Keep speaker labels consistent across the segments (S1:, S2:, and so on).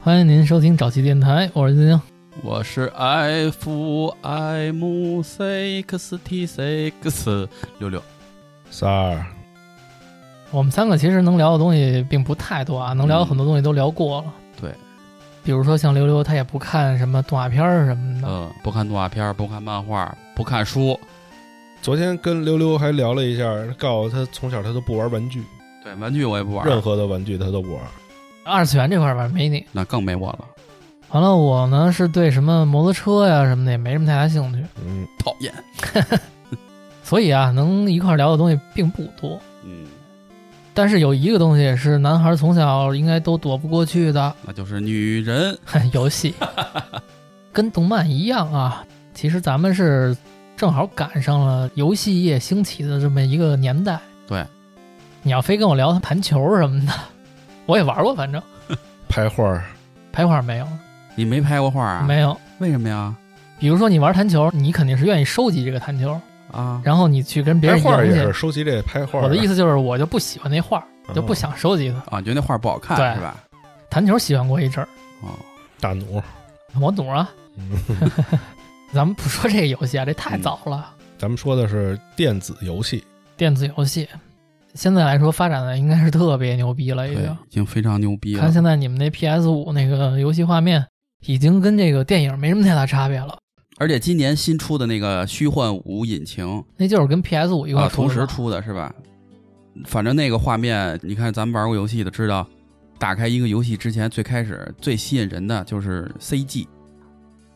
S1: 欢迎您收听早期电台，我是金星。
S2: 我是 F M six T six 六六，
S3: 三儿，
S1: 我们三个其实能聊的东西并不太多啊，能聊的很多东西都聊过了。
S2: 嗯对，
S1: 比如说像溜溜，他也不看什么动画片儿什么的。
S2: 嗯，不看动画片儿，不看漫画儿，不看书，
S3: 昨天跟溜溜还聊了一下，告诉他从小他都不玩玩具，
S2: 对，玩具我也不玩
S3: 任
S2: 儿，
S3: 何的玩具他都不玩。
S1: 二次元这块儿吧，没你。
S2: 那更没我了，
S1: 完了，我呢是对什么摩托车呀什么的也没什么太大兴趣，
S3: 嗯，
S2: 讨厌。
S1: 所以啊，能一块儿聊的东西并不多。
S2: 嗯，
S1: 但是有一个东西是男孩从小应该都躲不过去的，
S2: 那就是女人。
S1: 游 戏，跟动漫一样啊。其实咱们是正好赶上了游戏业兴起的这么一个年代。
S2: 对，
S1: 你要非跟我聊盘球什么的，我也玩过，反正
S3: 拍画儿，
S1: 拍画没有，
S2: 你没拍过画儿啊？，
S1: 没有。
S2: 为什么呀？
S1: 比如说你玩弹球，你肯定是愿意收集这个弹球，
S2: 啊，
S1: 然后你去跟别
S3: 拍
S1: 人
S3: 画儿
S1: 赢
S3: 也是
S1: 去。
S3: 收集这拍画儿。
S1: 我的意思就是，我就不喜欢那画，
S3: 嗯
S1: 就不想收集它。
S2: 啊，你觉得那画儿不好看
S1: 对
S2: 是吧？
S1: 弹球喜欢过一阵儿，
S2: 哦，
S3: 大奴，
S1: 我懂啊。
S3: 嗯
S1: 咱们不说这个游戏啊，这
S2: 嗯
S1: 太早了。
S3: 咱们说的是电子游戏，
S1: 电子游戏现在来说发展的应该是特别牛逼了，已
S2: 对
S1: 经。，
S2: 已经非常牛逼了
S1: 哎看。现在你们那 PS 五那个游戏画面，已经跟这个电影没什么太大差别了，
S2: 而且今年新出的那个虚幻五引擎
S1: 那就是跟 PS 五一块
S2: 啊，
S1: 儿
S2: 同
S1: 出的
S2: 时出的是吧？反正那个画面，你看咱们玩过游戏的知道，打开一个游戏之前，最开始最吸引人的就是 CG，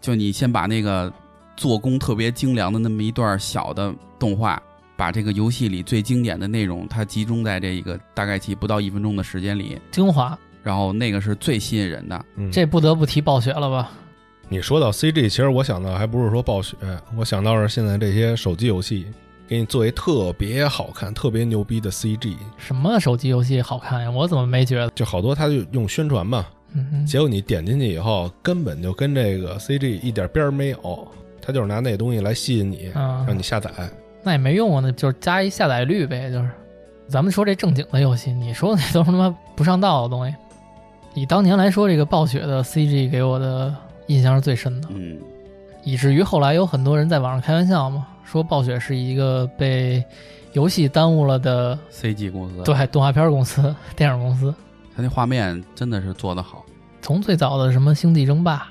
S2: 就你先把那个做工特别精良的那么一段小的动画，把这个游戏里最经典的内容，它集中在这一个大概其不到一分钟的时间里，
S1: 精华。
S2: 然后那个是最吸引人的。
S3: 嗯，
S1: 这不得不提暴雪了吧？
S3: 你说到 CG，其实我想到还不是说暴雪，我想到是现在这些手机游戏，给你做一特别好看、特别牛逼的 CG，
S1: 什么手机游戏好看呀？我怎么没觉得？
S3: 就好多他就用宣传嘛，
S1: 嗯，
S3: 结果你点进去以后，根本就跟这个 CG 一点边儿没有，他就是拿那东西来吸引你，
S1: 啊
S2: 嗯
S3: 让你下载。
S1: 那也没用啊，那就是加一下载率呗，就是。咱们说这正经的 游戏，你说那都是他妈不上道的东西。以当年来说，这个暴雪的 CG 给我的印象是最深的。
S2: 嗯，
S1: 以至于后来有很多人在网上开玩笑嘛，说暴雪是一个被游戏耽误了的
S2: CG 公司，，
S1: 对动画片公司、 电影公司。
S2: 它那画面真的是做得好。
S1: 从最早的什么《星际争霸》，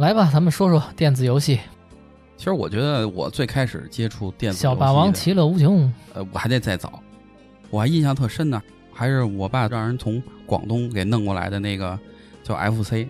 S1: 来吧，咱们说说电子游戏，
S2: 其实我觉得我最开始接触电
S1: 《
S2: 子游
S1: 小
S2: 戏
S1: 霸王
S2: 的
S1: 其乐无穷》
S2: 呃，我还得再早，我还印象特深呢，还是我爸让人从广东给弄过来的那个叫 FC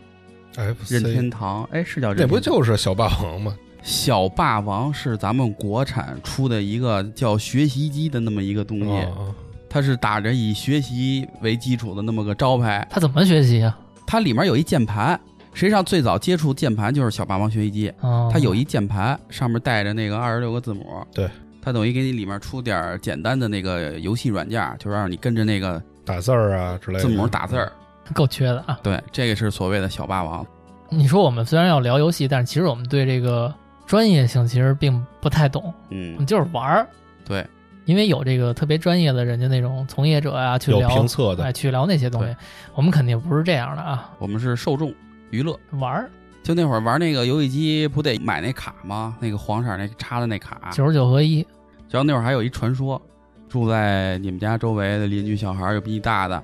S3: FC
S2: 任天堂，哎，是叫任
S3: 那
S2: 天堂
S3: 不就是小霸王吗？
S2: 小霸王是咱们国产出的一个叫学习机的那么一个东西，
S3: 哦
S2: 它是打着以学习为基础的那么个招牌，
S1: 他怎么学习啊？
S2: 它里面有一键盘，实际上最早接触键盘就是小霸王学习
S3: 啊
S2: 机，
S1: 哦，
S2: 它有一键盘，上面带着那个二十六个字母。
S3: 对，
S2: 它等于给你里面出点儿简单的那个游戏软件儿，就是让你跟着那个
S3: 打字儿啊之类的，
S2: 字母打字儿。
S1: 够缺的啊！
S2: 对，这个是所谓的小霸王。
S1: 你说我们虽然要聊游戏，但是其实我们对这个专业性其实并不太懂，我们
S2: 嗯，
S1: 就是玩儿。
S2: 对，
S1: 因为有这个特别专业的人家那种从业者啊，去
S3: 有
S1: 聊
S3: 评测
S1: 哎，
S3: 的，
S1: 去聊那些东西
S2: 对，
S1: 我们肯定不是这样的啊，
S2: 我们是受众娱乐。
S1: 玩儿
S2: 就那会儿玩那个游戏机，不得买那卡吗？那个黄色儿那插的那卡。
S1: 九十九合一，
S2: 然后那会儿还有一传说，住在你们家周围的邻居小孩儿有比你大的，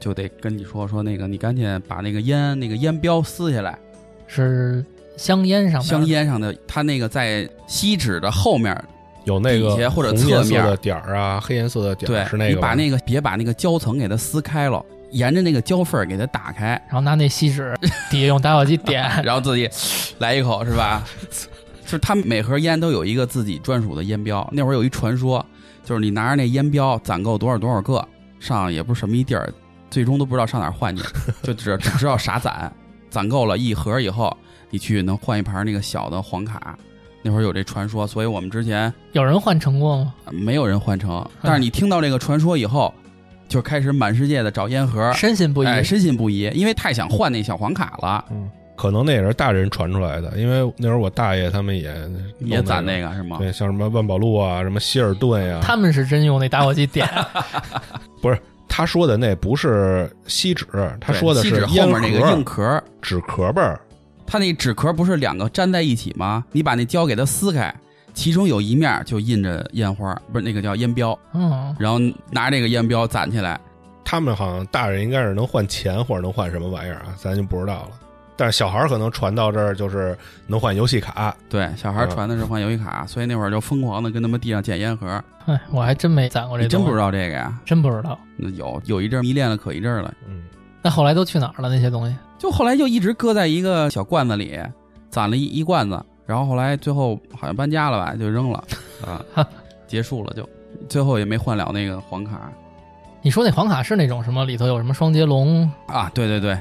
S2: 就得跟你说说那个，你赶紧把那个烟那个烟标撕下来，
S1: 是香烟上面
S2: 香烟上的它那个在锡纸的后面
S3: 有那个
S2: 底下或者侧
S3: 红
S2: 面
S3: 颜色的点儿啊，黑颜色的点
S2: 对
S3: 儿，是那
S2: 你
S3: 个
S2: 把
S3: 吧
S2: 那个别把那个胶层给它撕开了，沿着那个胶缝儿给它打开，
S1: 然后拿那锡 纸底下用打火机点，
S2: 然后自己来一口是吧？就是他每盒烟都有一个自己专属的烟标。那会儿有一传说，就是你拿着那烟标攒够多少多少个，上也不是什么一地儿，最终都不知道上哪儿换去，就只只知道傻攒，攒够了一盒以后，你去能换一盘那个小的黄卡。那会儿有这传说，所以我们之前
S1: 有人换成过吗？
S2: 没有人换成，但是你听到这个传说以后，就开始满世界的找烟盒，
S1: 深信不疑，
S2: 哎，深信不疑，因为太想换那小黄卡了，
S3: 嗯，可能那也是大人传出来的，因为那会儿我大爷他们也
S2: 也攒那
S3: 个，
S2: 个是吗？
S3: 对，像什么万宝路啊，什么希尔顿呀、
S1: 他们是真用那打火机点，
S3: 不是。他说的那不是锡纸，他
S2: 对
S3: 说的
S2: 锡
S3: 是
S2: 纸
S3: 烟
S2: 后面那个硬壳
S3: 壳、
S2: 儿，
S3: 纸壳儿儿。
S2: 它那纸壳不是两个粘在一起吗？你把那胶给它撕开，其中有一面就印着烟花，不是那个叫烟标，
S1: 嗯，
S2: 然后拿这个烟标攒起来。
S3: 他们好像大人应该是能换钱或者能换什么玩意儿啊，咱就不知道了。但是小孩儿可能传到这儿就是能换游戏卡，
S2: 对，小孩
S3: 嗯
S2: 传的是换游戏卡，所以那会儿就疯狂的跟他们地上捡烟盒。
S1: 哎，我还真没攒过这
S2: 你
S1: 东
S2: 真
S1: 西，
S2: 不知道这个呀？
S1: 真不知道。
S2: 那有有一阵儿迷恋了，可一阵儿了。
S3: 嗯，
S1: 那后来都去哪儿了？那些东西？
S2: 就后来就一直搁在一个小罐子里，攒了一一罐子，然后后来最后好像搬家了吧，就扔了啊， 结束了就，最后也没换了那个黄卡
S1: 你说那黄卡是那种什么里头有什么双截龙
S2: 啊，对对对，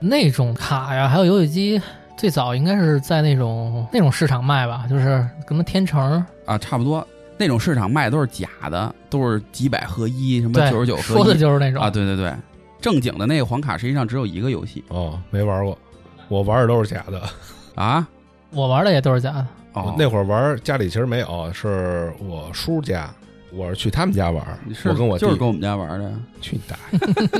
S1: 那种卡呀，还有游戏机，最早应该是在那种那种市场卖吧，就是什么天成，
S2: 啊，差不多那种市场卖都是假的，都是几百合一，什么
S1: 对
S2: 九十九合
S1: 说的
S2: 一
S1: 就是那种
S2: 啊，，对对对，正经的那个黄卡实际上只有一个游戏
S3: 哦，没玩过，我玩的都是假的。
S2: 啊，
S1: 我玩的也都是假的。
S2: 哦，
S3: 那会儿玩儿家里其实没有，是我叔家，我是去他们家玩儿
S2: 你，是
S3: 我跟我弟
S2: 就是跟我们家玩的，
S3: 去你大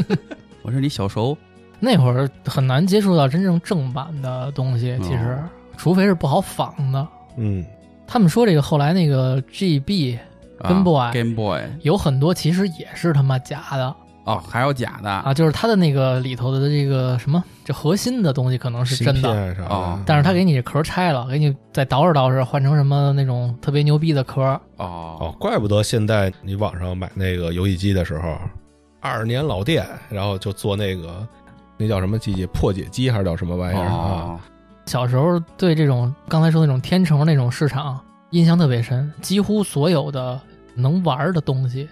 S3: 爷！
S2: 我是你小熟，
S1: 那会儿很难接触到真正正版的东西，其实、
S2: 哦
S1: 除非是不好仿的。
S3: 嗯，
S1: 他们说这个后来那个 GB
S2: 啊
S1: Game Boy
S2: Game Boy
S1: 有很多其实也是他妈假的
S2: 哦，还有假的
S1: 啊，就是它的那个里头的这个什么，这核心的东西可能是真
S3: 芯
S1: 的，
S3: 片啥
S2: 哦
S3: 的，
S1: 但是他给你这壳拆了，给你再捯饬捯饬，换成什么那种特别牛逼的壳，
S3: 哦
S2: 哦，，
S3: 怪不得现在你网上买那个游戏机的时候，二十年老店，然后就做那个那叫什么机器，破解机还是叫什么玩意儿啊？
S2: 哦，
S1: 小时候对这种刚才说那种天成那种市场印象特别深，几乎所有的能玩儿的东西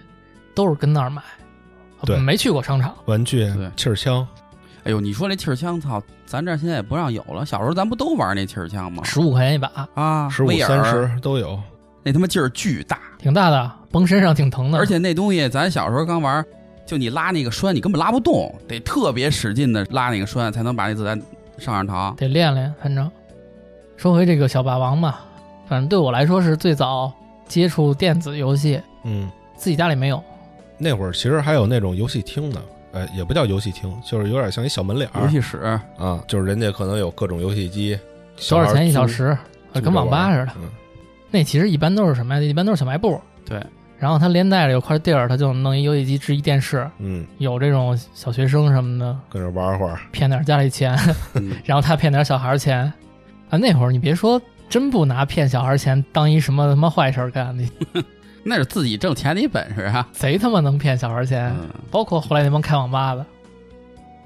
S1: 都是跟那儿买，啊
S3: 对
S1: 没去过商场。
S3: 玩具
S2: 对、
S3: 气儿枪，
S2: 哎呦，你说这气儿枪，操，咱这儿现在也不让有了。小时候咱不都玩那气儿枪吗？
S1: 十五块钱一把，
S2: 啊，
S3: 十五、
S2: 威
S3: 三
S2: 尔，
S3: 十都有。
S2: 那他妈劲儿巨大，
S1: 挺大的，崩身上挺疼的。
S2: 而且那东西咱小时候刚玩，就你拉那个栓，你根本拉不动，得特别使劲的拉那个栓，才能把那子弹上上膛。
S1: 得练练，反正。说回这个小霸王吧，反正对我来说是最早接触电子游戏，
S3: 嗯，
S1: 自己家里没有，
S3: 那会儿其实还有那种游戏厅呢，哎，也不叫游戏厅，就是有点像一小门脸
S2: 游
S3: 儿
S2: 戏室，
S3: 啊，就是人家可能有各种游戏机，
S1: 多少钱一小
S3: 小孩儿租
S1: 时，
S3: 租着
S1: 跟网吧
S3: 玩
S1: 似
S3: 儿
S1: 的。
S3: 嗯
S1: 那其实一般都是什么呀？一般都是小卖部。
S2: 对。
S1: 然后它连带着有块地儿，它就弄一游戏机置一电视，
S3: 嗯，
S1: 有这种小学生什么的
S3: 跟这玩会儿，
S1: 骗点家里钱，
S2: 嗯
S1: 然后他骗点小孩钱啊。那会儿你别说，真不拿骗小孩钱当一什么他妈坏事儿干，你
S2: 那是自己挣钱的一本事啊。
S1: 贼他妈能骗小孩钱。
S2: 嗯，
S1: 包括后来那帮开网吧的，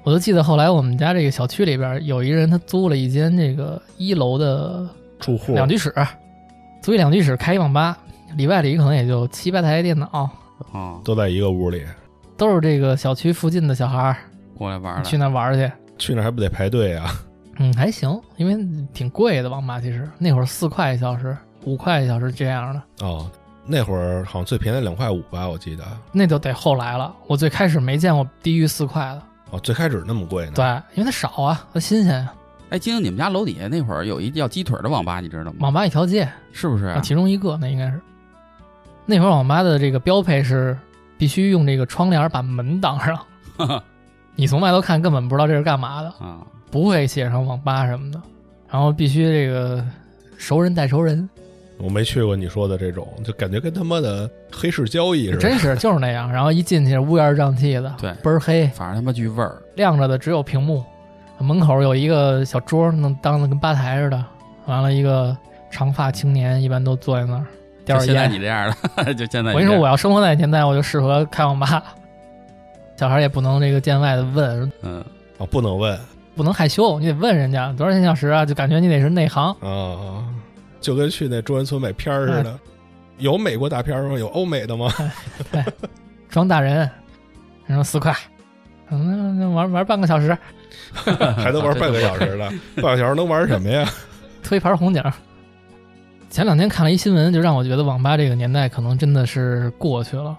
S1: 我就记得后来我们家这个小区里边有一人，他租了一间这个一楼的
S3: 住户
S1: 两居室，租一两居室开一网吧，里外里可能也就七八台电脑，
S2: 哦，
S3: 都在一个屋里，
S1: 都是这个小区附近的小孩儿
S2: 过来玩了
S1: 去。那玩儿去。
S3: 去那儿还不得排队啊？
S1: 嗯，还行，因为挺贵的网吧，其实那会儿四块一小时、五块一小时这样的，
S3: 哦，那会儿好像最便宜两块五吧，我记得。
S1: 那就得后来了。我最开始没见过低于四块的，
S3: 哦，最开始那么贵呢。
S1: 对，因为它少啊，它新鲜啊。
S2: 哎，晶晶，你们家楼底下那会儿有一叫鸡腿的网吧，你知道吗？
S1: 网吧一条街，
S2: 是不是
S1: 啊，？其中一个那应该是。那会儿网吧的这个标配是必须用这个窗帘把门挡上，你从外头看根本不知道这是干嘛的，
S2: 啊，
S1: 不会写上网吧什么的，然后必须这个熟人带熟人，
S3: 我没去过你说的这种，就感觉跟他妈的黑市交易似的。
S1: 真是就是那样。然后一进去乌烟瘴气的，
S2: 对
S1: 倍儿黑，
S2: 反正他妈巨味儿。
S1: 亮着的只有屏幕，门口有一个小桌，能当的跟吧台似的，完了一个长发青年一般都坐在那儿叼
S2: 就
S1: 着
S2: 现在
S1: 烟
S2: 你，这样的， 就现在
S1: 我跟你说，
S2: 这
S1: 我
S2: 样，
S1: 要生活在年代，我就适合开网吧。小孩也不能这个见外的问，
S2: 嗯，
S3: 啊，不能问
S1: 不能害羞，你得问人家多少钱一小时啊？就感觉你得是内行。
S3: 啊，就跟去那中关村买片儿似
S1: 啊
S3: 的。有美国大片儿吗？有欧 美的吗？
S1: 装大人，你说四块，嗯，那玩玩半个小时，
S2: 嗯
S3: 还能玩半个小时 的，半个小时能玩什么呀？
S1: 推一盘红警。前两天看了一新闻，就让我觉得网吧这个年代可能真的是过去了。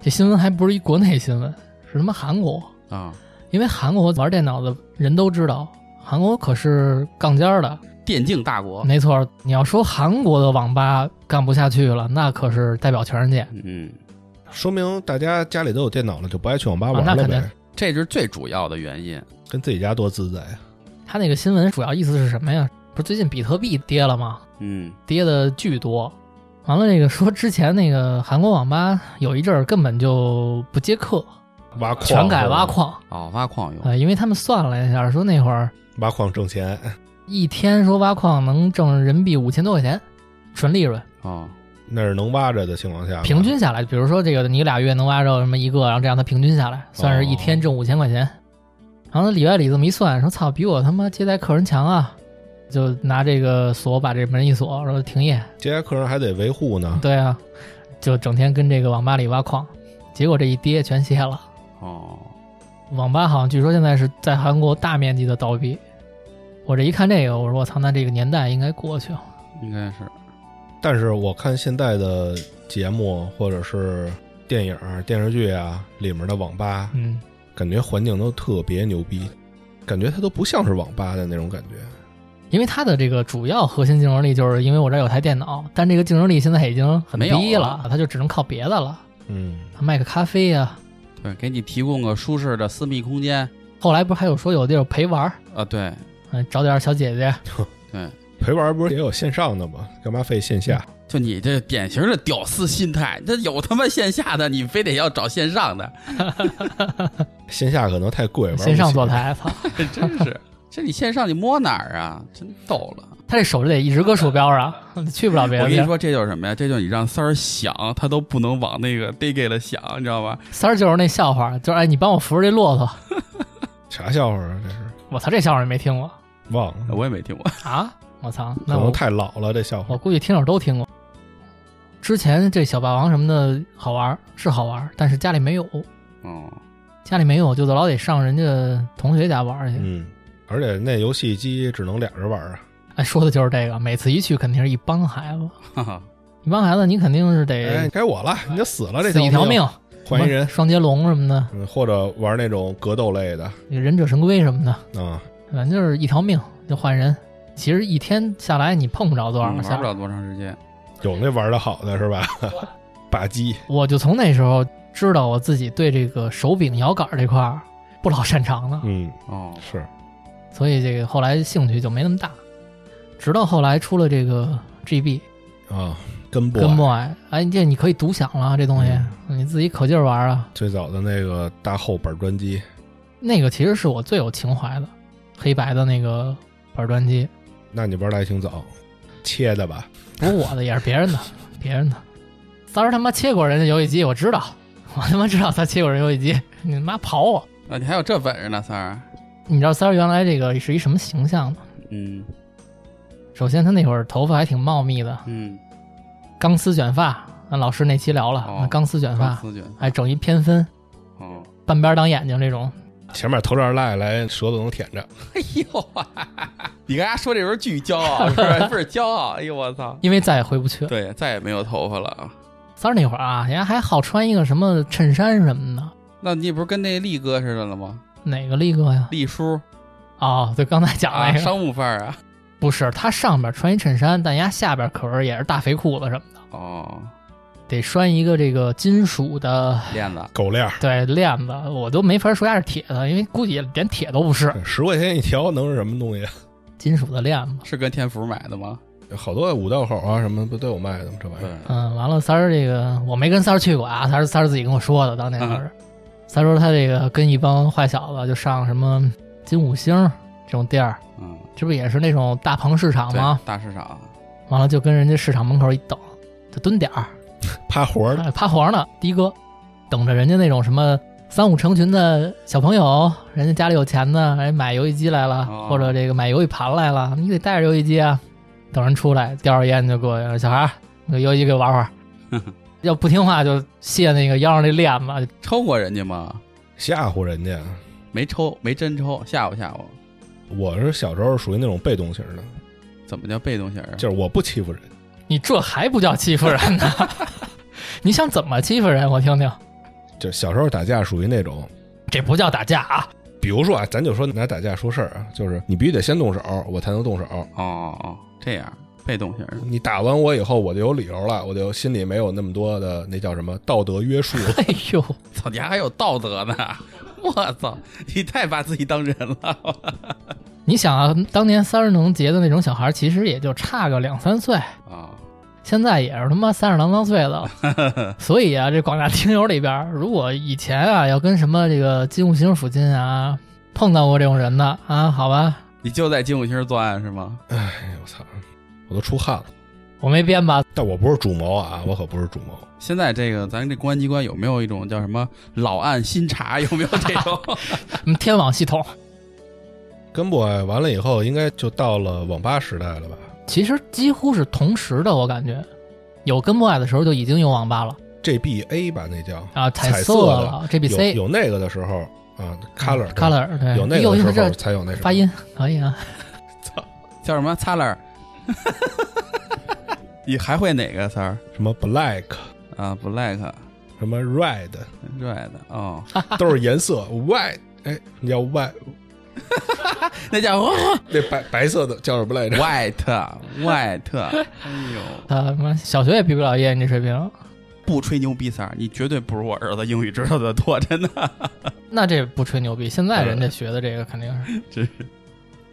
S1: 这新闻还不是一国内新闻，是他妈韩国，
S2: 啊，
S1: 因为韩国玩电脑的人都知道，韩国可是杠尖儿的，
S2: 电竞大国，
S1: 没错，你要说韩国的网吧干不下去了，那可是代表全世界。
S2: 嗯，
S3: 说明大家家里都有电脑了，就不爱去网吧玩
S1: 啊那
S3: 了
S1: 肯定
S3: 呗，
S2: 这是最主要的原因。
S3: 跟自己家多自在啊！
S1: 他那个新闻主要意思是什么呀？不是最近比特币跌了吗？
S2: 嗯，
S1: 跌的巨多。完了，那个说之前那个韩国网吧有一阵儿根本就不接客，
S3: 挖矿
S1: 全改
S3: 是吧
S1: 挖，矿。
S2: 哦，挖矿用，
S1: 呃，因为他们算了一下，说那会儿
S3: 挖矿挣钱，
S1: 一天说挖矿能挣人民币五千多块钱，纯利润。
S2: 哦，
S3: 那是能挖着的情况下吧，
S1: 平均下来，比如说这个你俩月能挖着什么一个，然后这样他平均下来算是一天挣五千块钱。然后他里外里这么一算，说操，比我他妈接待客人强啊！就拿这个锁把这门一锁，然后停业。
S3: 接待客人还得维护呢。
S1: 对啊，就整天跟这个网吧里挖矿，结果这一跌全歇了。
S2: 哦，
S1: 网吧好像据说现在是在韩国大面积的倒闭。我这一看这个，我说我操，那这个年代应该过去了。
S2: 应该是，
S3: 但是我看现在的节目或者是电影、电视剧啊，里面的网吧，
S1: 嗯，
S3: 感觉环境都特别牛逼，感觉它都不像是网吧的那种感觉。
S1: 因为它的这个主要核心竞争力就是因为我这儿有台电脑，但这个竞争力现在已经很
S2: 没有
S1: 低
S2: 了
S1: 它就只能靠别的了，
S3: 嗯，
S1: 卖个咖啡呀、
S2: 对，给你提供个舒适的私密空间。
S1: 后来不是还有说有地儿陪玩儿，
S2: 啊，对，
S1: 嗯，找点儿小姐姐，
S3: 陪玩不是也有线上的吗？干嘛非线下？
S1: 嗯
S2: 就你这典型的屌丝心态，这有他妈线下的，你非得要找线上 的，
S3: 线下可能太贵，玩不起
S1: 线上坐。台，操，
S2: 真是。这你线上你摸哪儿啊？真逗了。
S1: 他这手就得一直搁鼠标上， 去不了别
S2: 我
S1: 的地
S2: 跟你
S1: 儿。
S2: 说，这就是什么呀？这就是你让三儿想，他都不能往那个 d i g 了想，你知道吗？
S1: 三儿就是那笑话，就是哎，你帮我扶着这骆驼，
S3: 啥笑话啊？这是
S1: 我操，这笑话你没听过
S3: 忘了，
S2: 我也没听过。
S1: 啊？我操，
S3: 可
S1: 那我
S3: 能太老了，这笑
S1: 我
S3: 话。
S1: 估计听友都听过。之前这小霸王什么的好玩儿是好玩儿，但是家里没有，
S2: 哦，
S1: 家里没有就老得上人家同学家玩儿去。
S3: 嗯，而且那游戏机只能俩人玩啊。
S1: 哎，说的就是这个，每次一去肯定是一帮孩子，
S2: 哈哈，
S1: 一帮孩子你肯定是
S3: 哎
S1: 得，
S3: 该我了，你就死了这
S1: 死一条
S3: 命
S1: 命，，
S3: 换一人。
S1: 双截龙什么的，
S3: 嗯，或者玩那种格斗类的
S1: 忍者神龟什么的，
S3: 啊，
S1: 反正就是一条命就换人。其实一天下来你碰不着多少个
S2: 嗯玩
S1: 下
S2: 不
S1: 来，
S2: 了多长时间。
S3: 有那玩的好的是吧？ 霸机
S1: 我就从那时候知道我自己对这个手柄摇杆这块儿不老擅长了。
S3: 嗯，
S2: 哦，
S3: 是
S1: 所以这个后来兴趣就没那么大，直到后来出了这个 GB
S3: 啊，根部
S1: 跟 Boy，哎，这你可以独享了，这东西、
S2: 嗯
S1: 你自己可劲儿玩啊。
S3: 最早的那个大厚板专机，
S1: 那个其实是我最有情怀的，黑白的那个板砖机，
S3: 那你玩的还挺早，切的吧？
S1: 不是我的，也是别人的， 别人的。三儿他妈切过人家游戏机，我知道，我他妈知道他切过人游戏机，你妈刨我！
S2: 啊，你还有这本事呢，三儿。
S1: 你知道三儿原来这个是一什么形象吗？
S2: 嗯
S1: 首先他那会儿头发还挺茂密的，
S2: 嗯，
S1: 钢丝卷发，那老师那期聊了，
S2: 哦
S1: 那钢丝卷发
S2: 钢，丝卷
S1: 还整一偏分。
S2: 哦，
S1: 半边当眼睛这种，
S3: 前面头这儿赖来，舌头能舔着，
S2: 哎呦，哈哈哈 你跟大家说这时候巨骄傲，是不是？倍儿骄傲。哎呦，我操！
S1: 因为再也回不去了。
S2: 对，再也没有头发了啊。
S1: 三儿那会儿啊，人家还好穿一个什么衬衫什么的，
S2: 那你不是跟那力哥似的了吗？
S1: 哪个力哥呀？
S2: 力叔
S1: 哦，对，刚才讲
S2: 啊，
S1: 那个、
S2: 商务范儿啊。
S1: 不是，他上边穿一衬衫，但人家下边可是也是大肥裤子什么的，
S2: 哦，
S1: 得拴一个这个金属的
S2: 链子。
S3: 狗链儿，
S1: 对链子，我都没法说它是铁的，因为估计连铁都不是，
S3: 十块钱一条能是什么东西？啊
S1: 金属的链子。
S2: 是跟天福买的吗？
S3: 好多五道口啊什么不都有卖的吗？这玩意
S2: 对
S3: 儿，，
S1: 嗯，完了，三儿这个我没跟三儿去过啊，三儿三儿自己跟我说的，当年就是，三儿说他这个跟一帮坏小子就上什么金五星这种店儿。
S2: 嗯，
S1: 这不也是那种大棚市场
S2: 对
S1: 啊吗？，
S2: 大市场，
S1: 完了就跟人家市场门口一等，就蹲点儿，
S3: 趴活儿的，
S1: 哎趴活呢，的哥，等着人家那种什么三五成群的小朋友，人家家里有钱的，人家买游戏机来了，
S2: 哦
S1: 或者这个买游戏盘来了，你得带着游戏机啊，等人出来叼着烟就过去了，小孩儿，那游戏机给我玩会儿，要不听话就卸那个腰上那链子，
S2: 抽过人家吗？
S3: 吓唬人家。啊
S2: 没抽，没真抽，吓唬吓唬。
S3: 我是小时候属于那种被动型的，
S2: 怎么叫被动型儿？啊
S3: 就是我不欺负人，
S1: 你这还不叫欺负人呢？ 你想怎么欺负人？我听听，
S3: 就小时候打架属于那种，
S1: 这不叫打架啊！
S3: 比如说啊，咱就说拿打架说事儿啊，就是你必须得先动手，我才能动手。
S2: 哦哦，这样被动型的。
S3: 你打完我以后，我就有理由了，我就心里没有那么多的那叫什么道德约束。
S1: 哎呦，
S2: 操，你还有道德呢！ 我操，你太把自己当人了。
S1: 你想啊，当年三十能节的那种小孩，其实也就差个两三岁，
S2: 啊，
S1: 现在也是他妈三十郎当岁了。所以啊，这广大听友里边儿，如果以前啊要跟什么这个金木星附近啊碰到过这种人的啊，好吧，
S2: 你就在金五星作案是吗？
S3: 哎，我操，我都出汗了。
S1: 我没编吧？
S3: 但我不是主谋啊，我可不是主谋。
S2: 现在这个咱这公安机关有没有一种叫什么老案新查？有没有这种？
S1: 嗯，天网系统
S3: 跟 boy 完了以后，应该就到了网吧时代了吧？
S1: 其实几乎是同时的，我感觉有跟不爱的时候就已经有网吧了
S3: GBA 吧，那叫
S1: 啊，
S3: 彩
S1: 色
S3: 色的
S1: 了，GBC
S3: 有有那个的时候啊，color
S1: color 对，
S3: 有那
S1: 哟
S3: 个的时
S1: 这
S3: 候才有那什么
S1: 发。音可以啊。
S2: 叫什么擦了儿？ 你还会哪个词儿
S3: 什么 black，
S2: 啊？black
S3: 什么 red，
S2: red 哦，
S3: 都是颜色。white，哎，你叫 white，
S2: 那 叫
S3: 那白白色的叫什么来着？
S2: white white。哎呦，
S1: 他妈啊小学也毕不了业，你这水平，
S2: 不吹牛逼三儿，你绝对不如我儿子英语知道的多，真的。
S1: 那这不吹牛逼。现在人家学的这个肯定是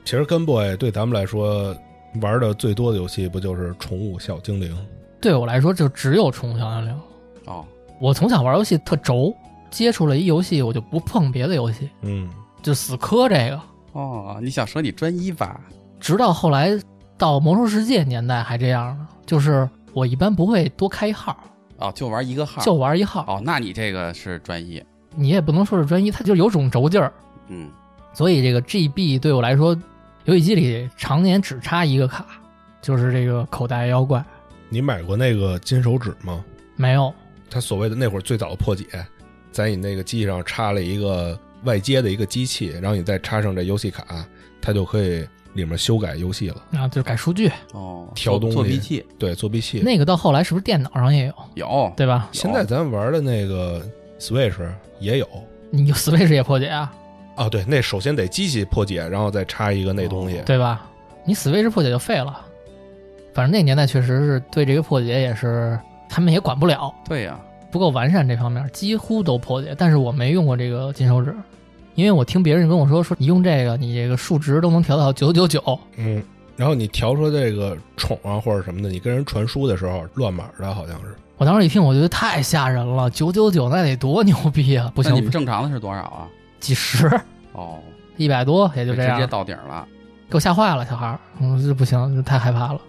S3: 其实跟 boy 对咱们来说玩的最多的游戏不就是宠物小精灵？
S1: 对我来说就只有《宠物小精灵》。
S2: 哦，
S1: 我从小玩游戏特轴，接触了一游戏我就不碰别的游戏，
S3: 嗯，
S1: 就死磕这个。
S2: 哦，你想说你专一吧？
S1: 直到后来到《魔兽世界》年代还这样呢，就是我一般不会多开一号，
S2: 哦，就玩一个号。
S1: 就玩一号。
S2: 哦，那你这个是专一。
S1: 你也不能说是专一，它就有种轴劲儿。
S2: 嗯，
S1: 所以这个 GB 对我来说，游戏机里常年只插一个卡，就是这个口袋妖怪。
S3: 你买过那个金手指吗？
S1: 没有，
S3: 它所谓的那会儿最早的破解，在你那个机器上插了一个外接的一个机器，然后你再插上这游戏卡，它就可以里面修改游戏了。
S1: 啊，就是改数据。
S2: 哦，
S3: 调东西
S2: 作弊器
S3: 对，作弊器。
S1: 那个到后来是不是电脑上也有，
S2: 有。啊
S1: 对吧？
S3: 现在咱玩的那个 Switch 也有
S1: 你有 Switch 也破解啊，
S3: 啊，对，那首先得机器破解，然后再插一个那东西。
S2: 哦
S1: 对吧？你 Switch 破解就废了。反正那个年代确实是对这个破解也是，他们也管不了，
S2: 对呀、
S1: 不够完善这方面，几乎都破解。但是我没用过这个金手指，因为我听别人跟我说，说你用这个，你这个数值都能调到九九九。
S3: 嗯，然后你调出这个宠啊或者什么的，你跟人传输的时候乱码的，好像是
S1: 我当时一听，我觉得太吓人了，九九九那得多牛逼啊！不
S2: 那你
S1: 行
S2: 们，正常的是多少啊？
S1: 几十、
S2: 哦，
S1: 一百多也就这
S2: 直接
S1: 样，
S2: 到顶了。
S1: 给我吓坏了，小孩儿，嗯，这不行，这太害怕了，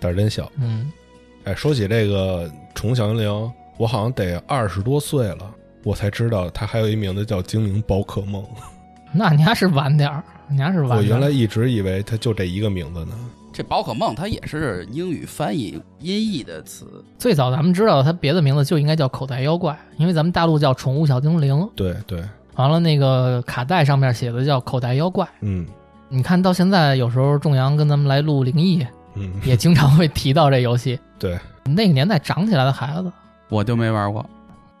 S3: 胆儿真小。
S1: 嗯。
S3: 哎，说起这个《宠物小精灵》，我好像得二十多岁了，我才知道它还有一名字叫《精灵宝可梦》。
S1: 那你还是晚点儿，你还是晚点儿。
S3: 我原来一直以为它就这一个名字呢。
S2: 这宝可梦它也是英语翻译音译的词，
S1: 最早咱们知道它别的名字就应该叫口袋妖怪，因为咱们大陆叫宠物小精灵，
S3: 对对，
S1: 完了那个卡带上面写的叫口袋妖怪。
S3: 嗯
S1: 你看到现在有时候仲阳跟咱们来录灵异，
S3: 嗯，
S1: 也经常会提到这游戏。
S3: 对，
S1: 那个年代长起来的孩子，
S2: 我就没玩过。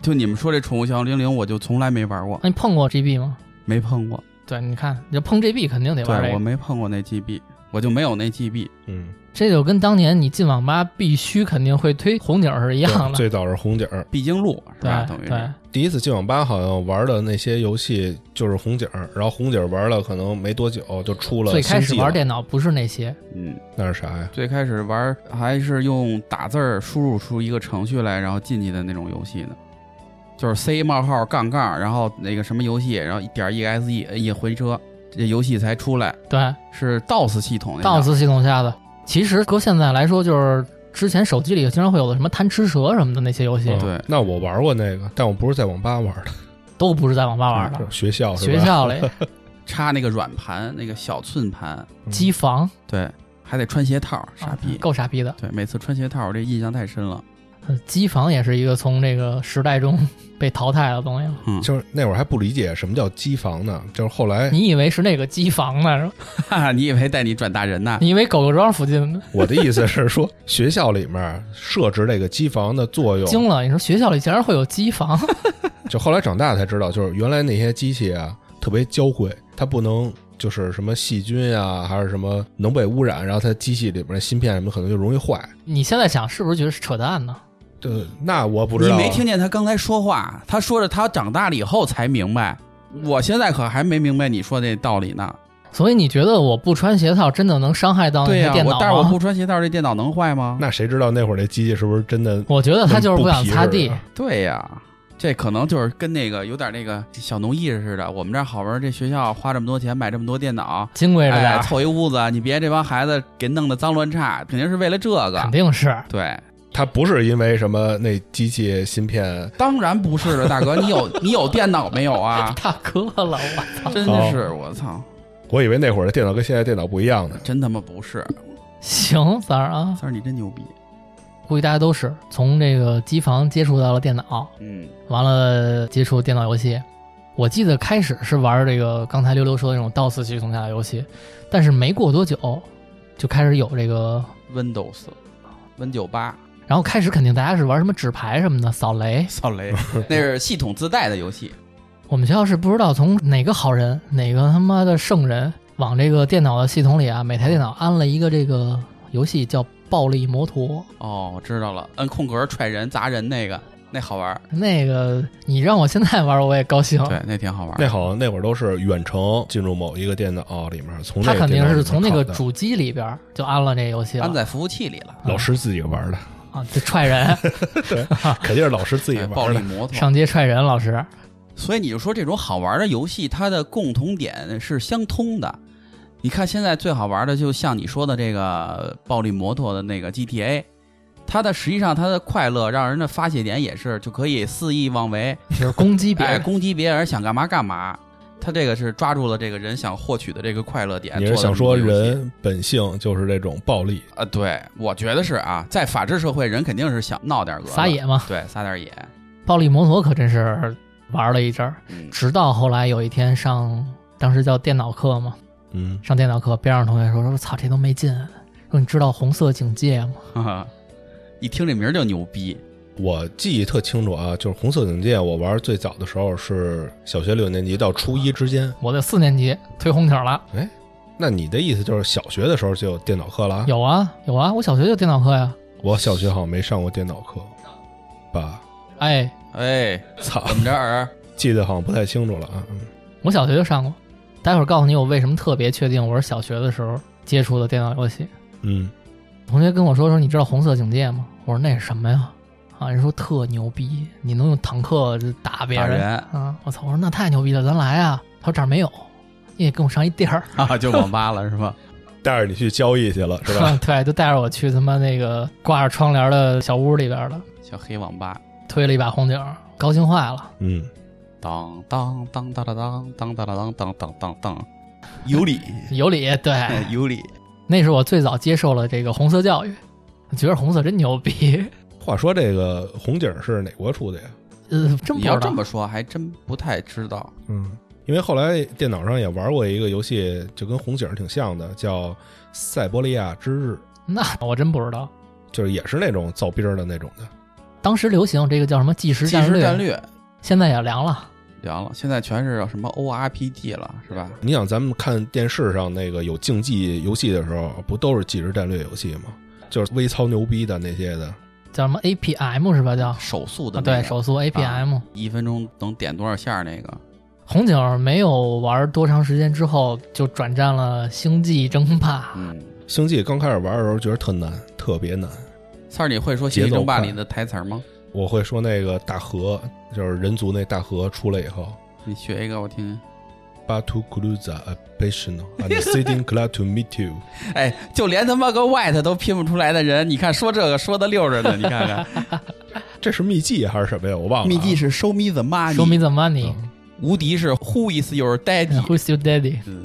S2: 就你们说这宠物小精灵，我就从来没玩过，
S1: 那你哎碰过 GB 吗？
S2: 没碰过。
S1: 对，你看，你就碰 GB 肯定得玩
S2: 对
S1: 这
S2: 我
S1: 个，
S2: 没碰过那 GB，我就没有那 GB。
S3: 嗯，
S1: 这就跟当年你进网吧必须肯定会推红警儿是一
S3: 一
S1: 样的。
S3: 最早是红警儿，
S2: 必经路是吧？
S1: 对
S2: 等于
S1: 对
S2: 是，
S3: 第一次进网吧好像玩的那些游戏就是红警儿，然后红警儿玩了可能没多久就出了
S1: 最开
S3: 星
S1: 始
S3: 际
S1: 玩
S3: 了
S1: 电脑不是那些，
S2: 嗯，
S3: 那是啥呀？
S2: 最开始玩还是用打字儿输入出一个程序来，然后进去的那种游戏呢，就是 C 冒号杠杠，然后那个什么游戏，然后点 exe 摁哎一回车，这游戏才出来，
S1: 对，
S2: 是 DOS 系统那
S1: 道
S2: 种。
S1: 斯系统下的，其实搁现在来说，就是之前手机里经常会有的什么贪吃蛇什么的那些游戏，
S3: 嗯
S2: 对
S3: 那我玩过那个，但我不是在网吧玩的，
S1: 都不是在网吧玩的
S3: 是，学校是吧
S1: 学校里
S2: 插那个软盘，那个小寸盘，
S1: 机房，
S2: 对，还得穿鞋套，傻逼。
S1: 哦 够傻逼的。
S2: 对，每次穿鞋套，我这印象太深了。
S1: 呃机房也是一个从这个时代中被淘汰的东西了。
S2: 嗯，
S3: 就是那会儿还不理解什么叫机房呢，就是后来
S1: 你以为是那个机房呢？是 吧
S2: 哈哈，你以为带你转大人呢？
S1: 你以为狗狗庄附近的
S3: 我的意思是说，学校里面设置这个机房的作
S1: 惊
S3: 用，
S1: 了？你说学校里竟然会有机房？
S3: 就后来长大才知道，就是原来那些机器啊特别娇贵，它不能就是什么细菌啊，还是什么能被污染，然后它机器里边的芯片什么可能就容易坏。
S1: 你现在想是不是觉得是扯淡呢？
S3: 这那我不知
S2: 你
S3: 道，啊
S2: 没听见他刚才说话？他说着他长大了以后才明白，我现在可还没明白你说那道理呢。
S1: 所以你觉得我不穿鞋套真的能伤害到
S2: 对
S1: 你
S2: 呀、
S1: 的哦电脑
S2: 我
S1: 吗？
S2: 但是我不穿鞋套，这电脑能坏吗？
S3: 那谁知道那会儿这机器是不是真的？
S1: 我觉得他就是
S3: 不
S1: 想
S3: 皮
S1: 擦
S3: 实
S1: 地
S3: 的。
S2: 对呀，这可能就是跟那个有点那个小农意识似的。我们这儿好不容易这学校花这么多钱买这么多电脑，
S1: 金贵着点
S2: 哎，
S1: 儿，
S2: 凑一屋子，你别这帮孩子给弄得脏乱差，肯定是为了这
S1: 肯
S2: 个。
S1: 定是。
S2: 对，
S3: 它不是因为什么那机器芯片，
S2: 当然不是了，大 哥，你有你有电脑没有啊？哦
S1: 大哥了，我操！
S2: 真的是我操，
S3: 我以为那会儿的电脑跟现在电脑不一样呢。
S2: 真他妈不是，
S1: 行，三儿啊，
S2: 三儿你真牛逼，
S1: 估计大家都是从这个机房接触到了电脑，
S2: 嗯，
S1: 完了接触电脑游戏。我记得开始是玩这个刚才溜溜说的那种 DOS 系统下的游戏，但是没过多久就开始有这个，
S2: Windows。Win 九八
S1: 然后开始肯定大家是玩什么纸牌什么的，扫雷。
S2: 扫雷， 那是系统自带的游戏。
S1: 我们学校是不知道从哪个好人，哪个他妈的圣人，往这个电脑的系统里啊，每台电脑安了一个这个游戏叫《暴力摩托》。
S2: 哦，我知道了，摁空格踹人砸人那个，那好玩儿，
S1: 那个你让我现在玩我也高兴。
S2: 对，那挺好玩儿。
S3: 那好像那会儿都是远程进入某一个电脑里面，从
S1: 他
S3: 那个
S1: 肯定是从那
S3: 电脑
S1: 个
S3: 里面拷的
S1: 主机里边儿就安了这个游戏了
S2: 安在服务器里了。
S3: 老师自己 玩的，
S1: 啊，就踹人，
S3: 肯定是老师自己
S2: 哎暴
S3: 玩
S2: 力
S3: 的。
S2: 摩托。
S1: 上街踹人，老师。
S2: 所以你就说这种好玩的游戏，它的共同点是相通的。你看现在最好玩的，就像你说的这个暴力摩托的那个 GTA，它的实际上它的快乐让人的发泄点也是就可以肆意妄为，
S1: 就是攻击别
S2: 哎，
S1: 人，
S2: 攻击别人，想干嘛干嘛。它这个是抓住了这个人想获取的这个快乐点。
S3: 你是想
S2: 做
S3: 说
S2: 的这么一个游戏
S3: 人本性就是这种暴力？
S2: 啊？对，我觉得是啊，在法治社会，人肯定是想闹点个
S1: 撒野，嘛。
S2: 对，撒点野。
S1: 暴力摩托可真是玩了一阵儿，
S2: 嗯，
S1: 直到后来有一天上，当时叫电脑课嘛，
S3: 嗯，
S1: 上电脑课，边上同学说说操，这都没劲。说你知道红色警戒吗？
S2: 哈哈，嗯 一听这名儿就牛逼。
S3: 我记忆特清楚啊，就是《红色警戒》，我玩最早的时候是小学六年级到初一之间。
S1: 我在四年级推红警了。
S3: 那你的意思就是小学的时候就有电脑课了啊？
S1: 有啊有啊，我小学就电脑课呀。
S3: 我小学好像没上过电脑课，吧？
S1: 哎，
S2: 哎，
S3: 操，
S2: 怎么着儿？
S3: 记得好像不太清楚了啊。嗯
S1: 我小学就上过。待会儿告诉你我为什么特别确定我是小学的时候接触的电脑游戏。
S3: 嗯，
S1: 同学跟我说说，你知道红色警戒吗？我说那是什么呀？啊，人说特牛逼，你能用坦克就打别
S2: 打
S1: 人。
S2: 人
S1: 啊，我操！我说那太牛逼了，咱来啊！他说这儿没有，你得跟我上一地儿，
S2: 啊，就网吧了是吧？
S3: 带着你去交易去了是吧？
S1: 对，就带着我去他妈那个挂着窗帘的小屋里边了，
S2: 小黑网吧，
S1: 推了一把红警，高兴坏了。
S3: 嗯，
S2: 当当当当当当当当当当当当当，有理，哎
S1: 有理，对，
S2: 有理。
S1: 那是我最早接受了这个红色教育，觉得红色真牛逼。
S3: 话说这个红警是哪国出的呀？
S1: 呃，真不
S2: 你
S1: 知
S2: 要
S1: 道。
S2: 这么说，还真不太知道。
S3: 嗯，因为后来电脑上也玩过一个游戏，就跟红警挺像的，叫《塞伯利亚之日》，
S1: 那我真不知道。
S3: 就是也是那种造兵儿的那种的。
S1: 当时流行这个叫什么计时
S2: 即
S1: 战
S2: 时
S1: 略，
S2: 战略
S1: 现在也凉了。
S2: 凉了，现在全是什么 ORPG 了是吧？
S3: 你想，咱们看电视上那个有竞技游戏的时候，不都是即时战略游戏吗？就是微操牛逼的那些的，
S1: 叫什么 APM 是吧？叫啊，
S2: 手速的那
S1: 对
S2: 个，啊
S1: 手速啊 APM。
S2: 一分钟能点多少下儿那个？
S1: 红警没有玩多长时间之后，就转战了星际争霸。
S2: 嗯，
S3: 《星际》刚开始玩的时候觉得特难，特别难。
S2: 三儿，你会说《
S3: 节
S2: 星际
S3: 奏
S2: 争霸》
S3: 快
S2: 里的台词儿吗？
S3: 我会说那个大河，就是人族那大河出来以后，
S2: 你学一个我听听。
S3: 巴图库鲁扎 a 啊 p a s i o n a and sitting glad to meet you。
S2: 哎，就连他妈个 white 都拼不出来的人，你看说这个说的溜着呢，你 看看。
S3: 这是秘技还是什么呀？我忘了啊。啊
S2: 是 show me the money，
S1: Show me the money,
S2: 无敌是 who is your
S1: and
S2: daddy。
S1: who's your daddy？
S2: 嗯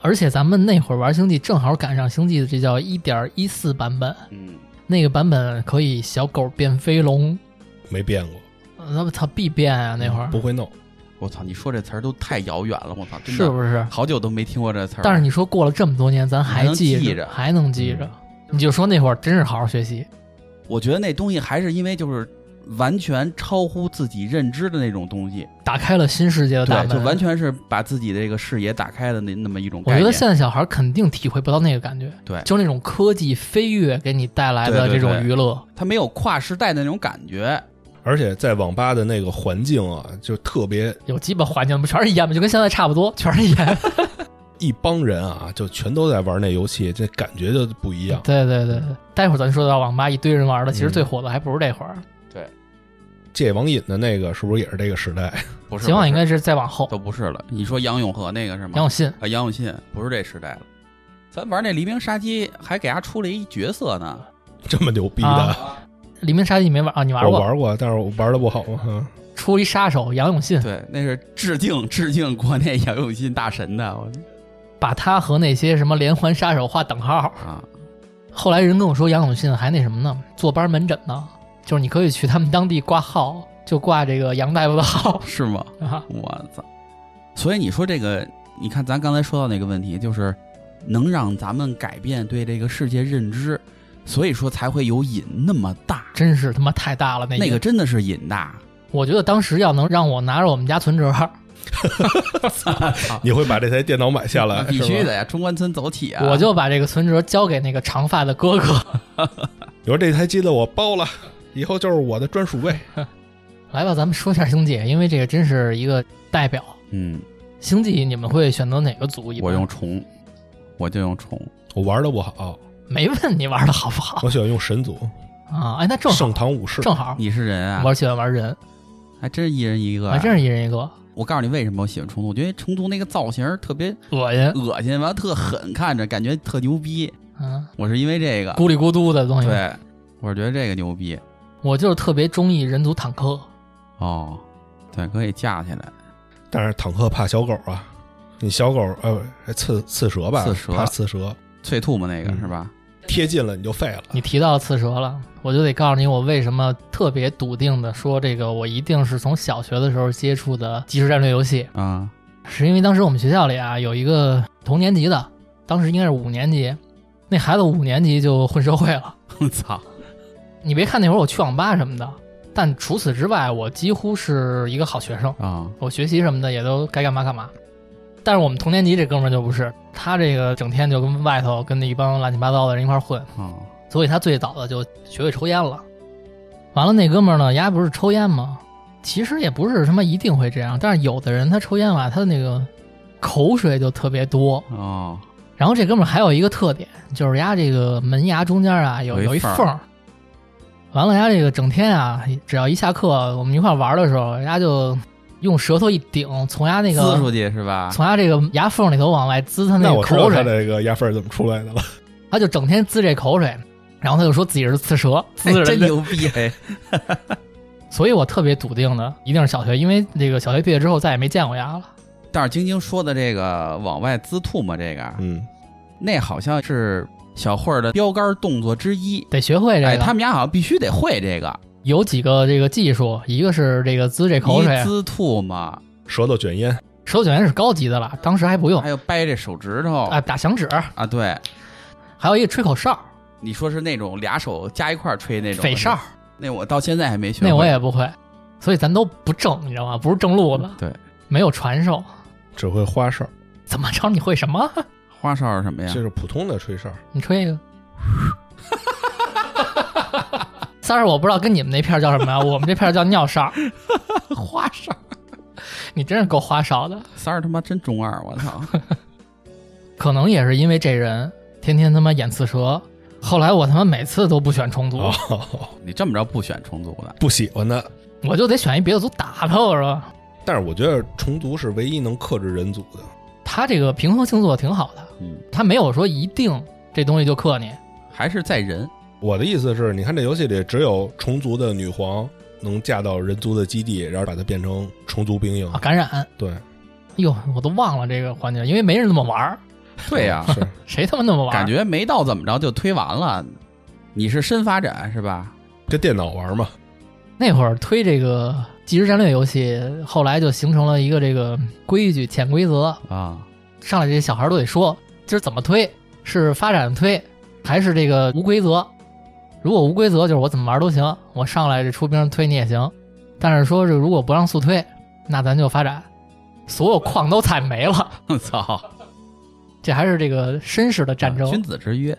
S1: 而且咱们那会儿玩星际，正好赶上星际的这叫一点一四版本，
S2: 嗯，
S1: 那个版本可以小狗变飞龙，
S3: 没变过，
S1: 呃那不它必变啊！那会
S2: 嗯
S1: 儿
S3: 不会弄。
S2: 我操，你说这词儿都太遥远了，我操，真
S1: 是
S2: 的
S1: 不是？
S2: 好久都没听过这词儿。
S1: 但是你说过了这么多年，咱还记
S2: 还能记着嗯
S1: 还能记着，你就说那会儿真是好好学习。
S2: 我觉得那东西还是因为就是完全超乎自己认知的那种东西，
S1: 打开了新世界的大
S2: 对，
S1: 门，
S2: 就完。全是把自己的这个视野打开的那那么一种
S1: 我
S2: 概
S1: 觉
S2: 念。
S1: 得现在小孩肯定体会不到那个感觉，
S2: 对
S1: 就是那种科技飞跃给你带来的
S2: 对对
S1: 这种
S2: 对
S1: 娱乐，
S2: 他没有跨时代的那种感觉，
S3: 而且在网吧的那个环境啊，就特别
S1: 有鸡巴环境不全是烟吗？就跟现在差不多，全是烟。
S3: 一帮人啊，就全都在玩那游戏，这感觉就不一样。
S1: 对对对
S2: 嗯
S1: 对，待会儿咱说到网吧一堆人玩的，其实
S3: 嗯
S1: 最火的还不是这会儿，
S3: 戒网瘾的那个是不是也是这个时代？
S2: 不是
S1: 秦网
S2: 不是
S1: 应该是再往后，
S2: 都不是了。你说杨永和那个是吗？
S1: 杨永信
S2: 啊，杨永信不是这时代了。咱玩那黎明杀机，还给他出了一角色呢。
S3: 这么牛逼的，
S1: 啊黎明杀机没玩啊？你玩
S3: 我
S1: 过？
S3: 玩过，但是我玩的不好嘛。嗯
S1: 出一杀手杨永信，
S2: 对，那是致敬 致敬国内杨永信大神的。我
S1: 把他和那些什么连环杀手划等号。
S2: 啊，
S1: 后来人跟我说，杨永信还那什么呢，坐班门诊呢，就是你可以去他们当地挂号，就挂这个杨大夫的号
S2: 是吗？
S1: 啊。
S2: 我操！所以你说这个，你看咱刚才说到那个问题，就是能让咱们改变对这个世界认知，所以说才会有瘾那么大。
S1: 真是他妈太大了那
S2: 那
S1: 瘾
S2: 个，真的是瘾大，
S1: 我觉得当时要能让我拿着我们家存折，
S3: 你会把这台电脑买下来？
S2: 啊必须
S3: 是吧。
S2: 的呀！中关村走起啊！
S1: 我就把这个存折交给那个长发的哥哥。
S3: 你说这台机子我包了，以后就是我的专属位。
S1: 来吧，咱们说一下星际，因为这个真是一个代表。
S2: 嗯，
S1: 星际你们会选择哪个组？一般
S2: 我用虫，我就用虫。
S3: 我玩的不
S1: 哦
S3: 好，
S1: 没问你玩的好不好
S3: 我喜欢用神族、
S1: 啊？哎，那正好
S3: 盛唐武士。
S1: 正好，
S2: 你是人啊？
S1: 我喜欢玩人，
S2: 还真是一人一个、啊
S1: 还真是一人一个，
S2: 我告诉你为什么我喜欢虫族，我觉得虫族那个造型儿特别
S1: 恶心，
S2: 恶心，完了特狠，看着感觉特牛逼。
S1: 嗯，
S2: 我是因为这个，
S1: 咕里咕嘟的东西。
S2: 对，我是觉得这个牛逼
S1: 我就是特别中意人族坦克，
S2: 哦。对，可以架起来。
S3: 但是坦克怕小狗啊，你小狗呃刺刺蛇吧，
S2: 刺蛇
S3: 怕刺蛇，
S2: 脆吐沫那个、
S3: 嗯
S2: 是吧？
S3: 贴近了你就废了。
S1: 你提到刺蛇了，我就得告诉你我为什么特别笃定的说这个，我一定是从小学的时候接触的即时战略游戏，
S2: 啊，
S1: 是因为当时我们学校里啊有一个同年级的，当时应该是五年级，那孩子五年级就混社会了。
S2: 我操！
S1: 你别看那会儿我去网吧什么的，但除此之外，我几乎是一个好学生，
S2: 啊，
S1: 我学习什么的也都该干嘛干嘛。但是我们同年级这哥们儿就不是，他这个整天就跟外头跟那一帮乱七八糟的人一块儿混，
S2: 啊，
S1: 所以他最早的就学会抽烟了。完了，那哥们儿呢，人家不是抽烟吗？其实也不是他妈一定会这样，但是有的人他抽烟吧，他的那个口水就特别多。
S2: 哦，
S1: 然后这哥们儿还有一个特点，就是人家这个门牙中间啊有
S2: 有
S1: 有
S2: 一
S1: 一
S2: 缝儿
S1: 缝儿。完了，人家这个整天啊，只要一下课，我们一块儿玩的时候，人家就用舌头一顶，从人家那
S2: 滋
S1: 个
S2: 出去是啊吧？
S1: 从人家这个牙缝里头往外滋他
S3: 那
S1: 个
S3: 我知道
S1: 口
S3: 他
S1: 水，
S3: 这个牙缝儿怎么出来的了。
S1: 他就整天滋这口水，然后他就说自己是刺蛇，滋
S2: 哎
S1: 人
S2: 真
S1: 家。
S2: 牛逼！嘿，
S1: 所以我特别笃定的，一定是小学，因为这个小学毕业之后再也没见过牙了。
S2: 但是晶晶说的这个往外滋吐沫这个，
S3: 嗯，
S2: 那好像是小慧儿的标杆动作之一。
S1: 得学会这个，
S2: 哎，他们家好像必须得会这个，
S1: 有几个这个技术，一个是这个滋这口水啊
S2: 一，滋吐沫，
S3: 舌头卷烟，
S1: 手卷烟是高级的了，当时还不用
S2: 还有掰这手指头
S1: 啊，打响指，
S2: 啊对，
S1: 还有一个吹口哨、
S2: 你说是那种俩手加一块儿吹那种
S1: 匪哨，，
S2: 那我到现在还没学会。
S1: 那我也不会，所以咱都不正，你知道吗？不是正路子，
S2: 对
S1: 没有传授，
S3: 只会花哨，
S1: 怎么着？你会什么？
S2: 花哨是什么呀
S3: 这？是普通的吹哨。
S1: 你吹一个。三儿，我不知道跟你们那片儿叫什么呀、啊我们这片儿叫尿哨，
S2: 花哨，
S1: 你真是够花哨的。
S2: 三儿他妈真中二，我操！
S1: 可能也是因为这人天天他妈演刺蛇，后来我他妈每次都不选虫族，
S3: 哦，
S2: 你这么着不选虫族的，
S3: 不喜欢的。
S1: 我就得选一别的族打他。我说
S3: 但是我觉得虫族是唯一能克制人族的。
S1: 他这个平衡性做的挺好的，
S2: 嗯，
S1: 他没有说一定这东西就克你。
S2: 还是 在人
S3: 我的意思是，你看这游戏里只有虫族的女皇能嫁到人族的基地，然后把它变成虫族兵营
S1: 啊，。感染。
S3: 对，
S1: 哟，我都忘了这个环节，因为没人那么玩儿，
S2: 对啊呀、
S3: 是
S1: 谁他妈那么玩儿？
S2: 感觉没到怎么着就推完了。你是深发展是吧？
S3: 跟电脑玩嘛，
S1: 那会儿推这个即时战略游戏，后来就形成了一个这个规矩、潜规则，
S2: 啊，
S1: 上来这些小孩儿都得说今儿怎么推，是发展推还是这个无规则。如果无规则，就是我怎么玩都行，我上来这出兵推你也行。但是说是如果不让速推，那咱就发展，所有矿都踩没了。
S2: 操，
S1: 这还是这个绅士的战争。
S2: 君子之约，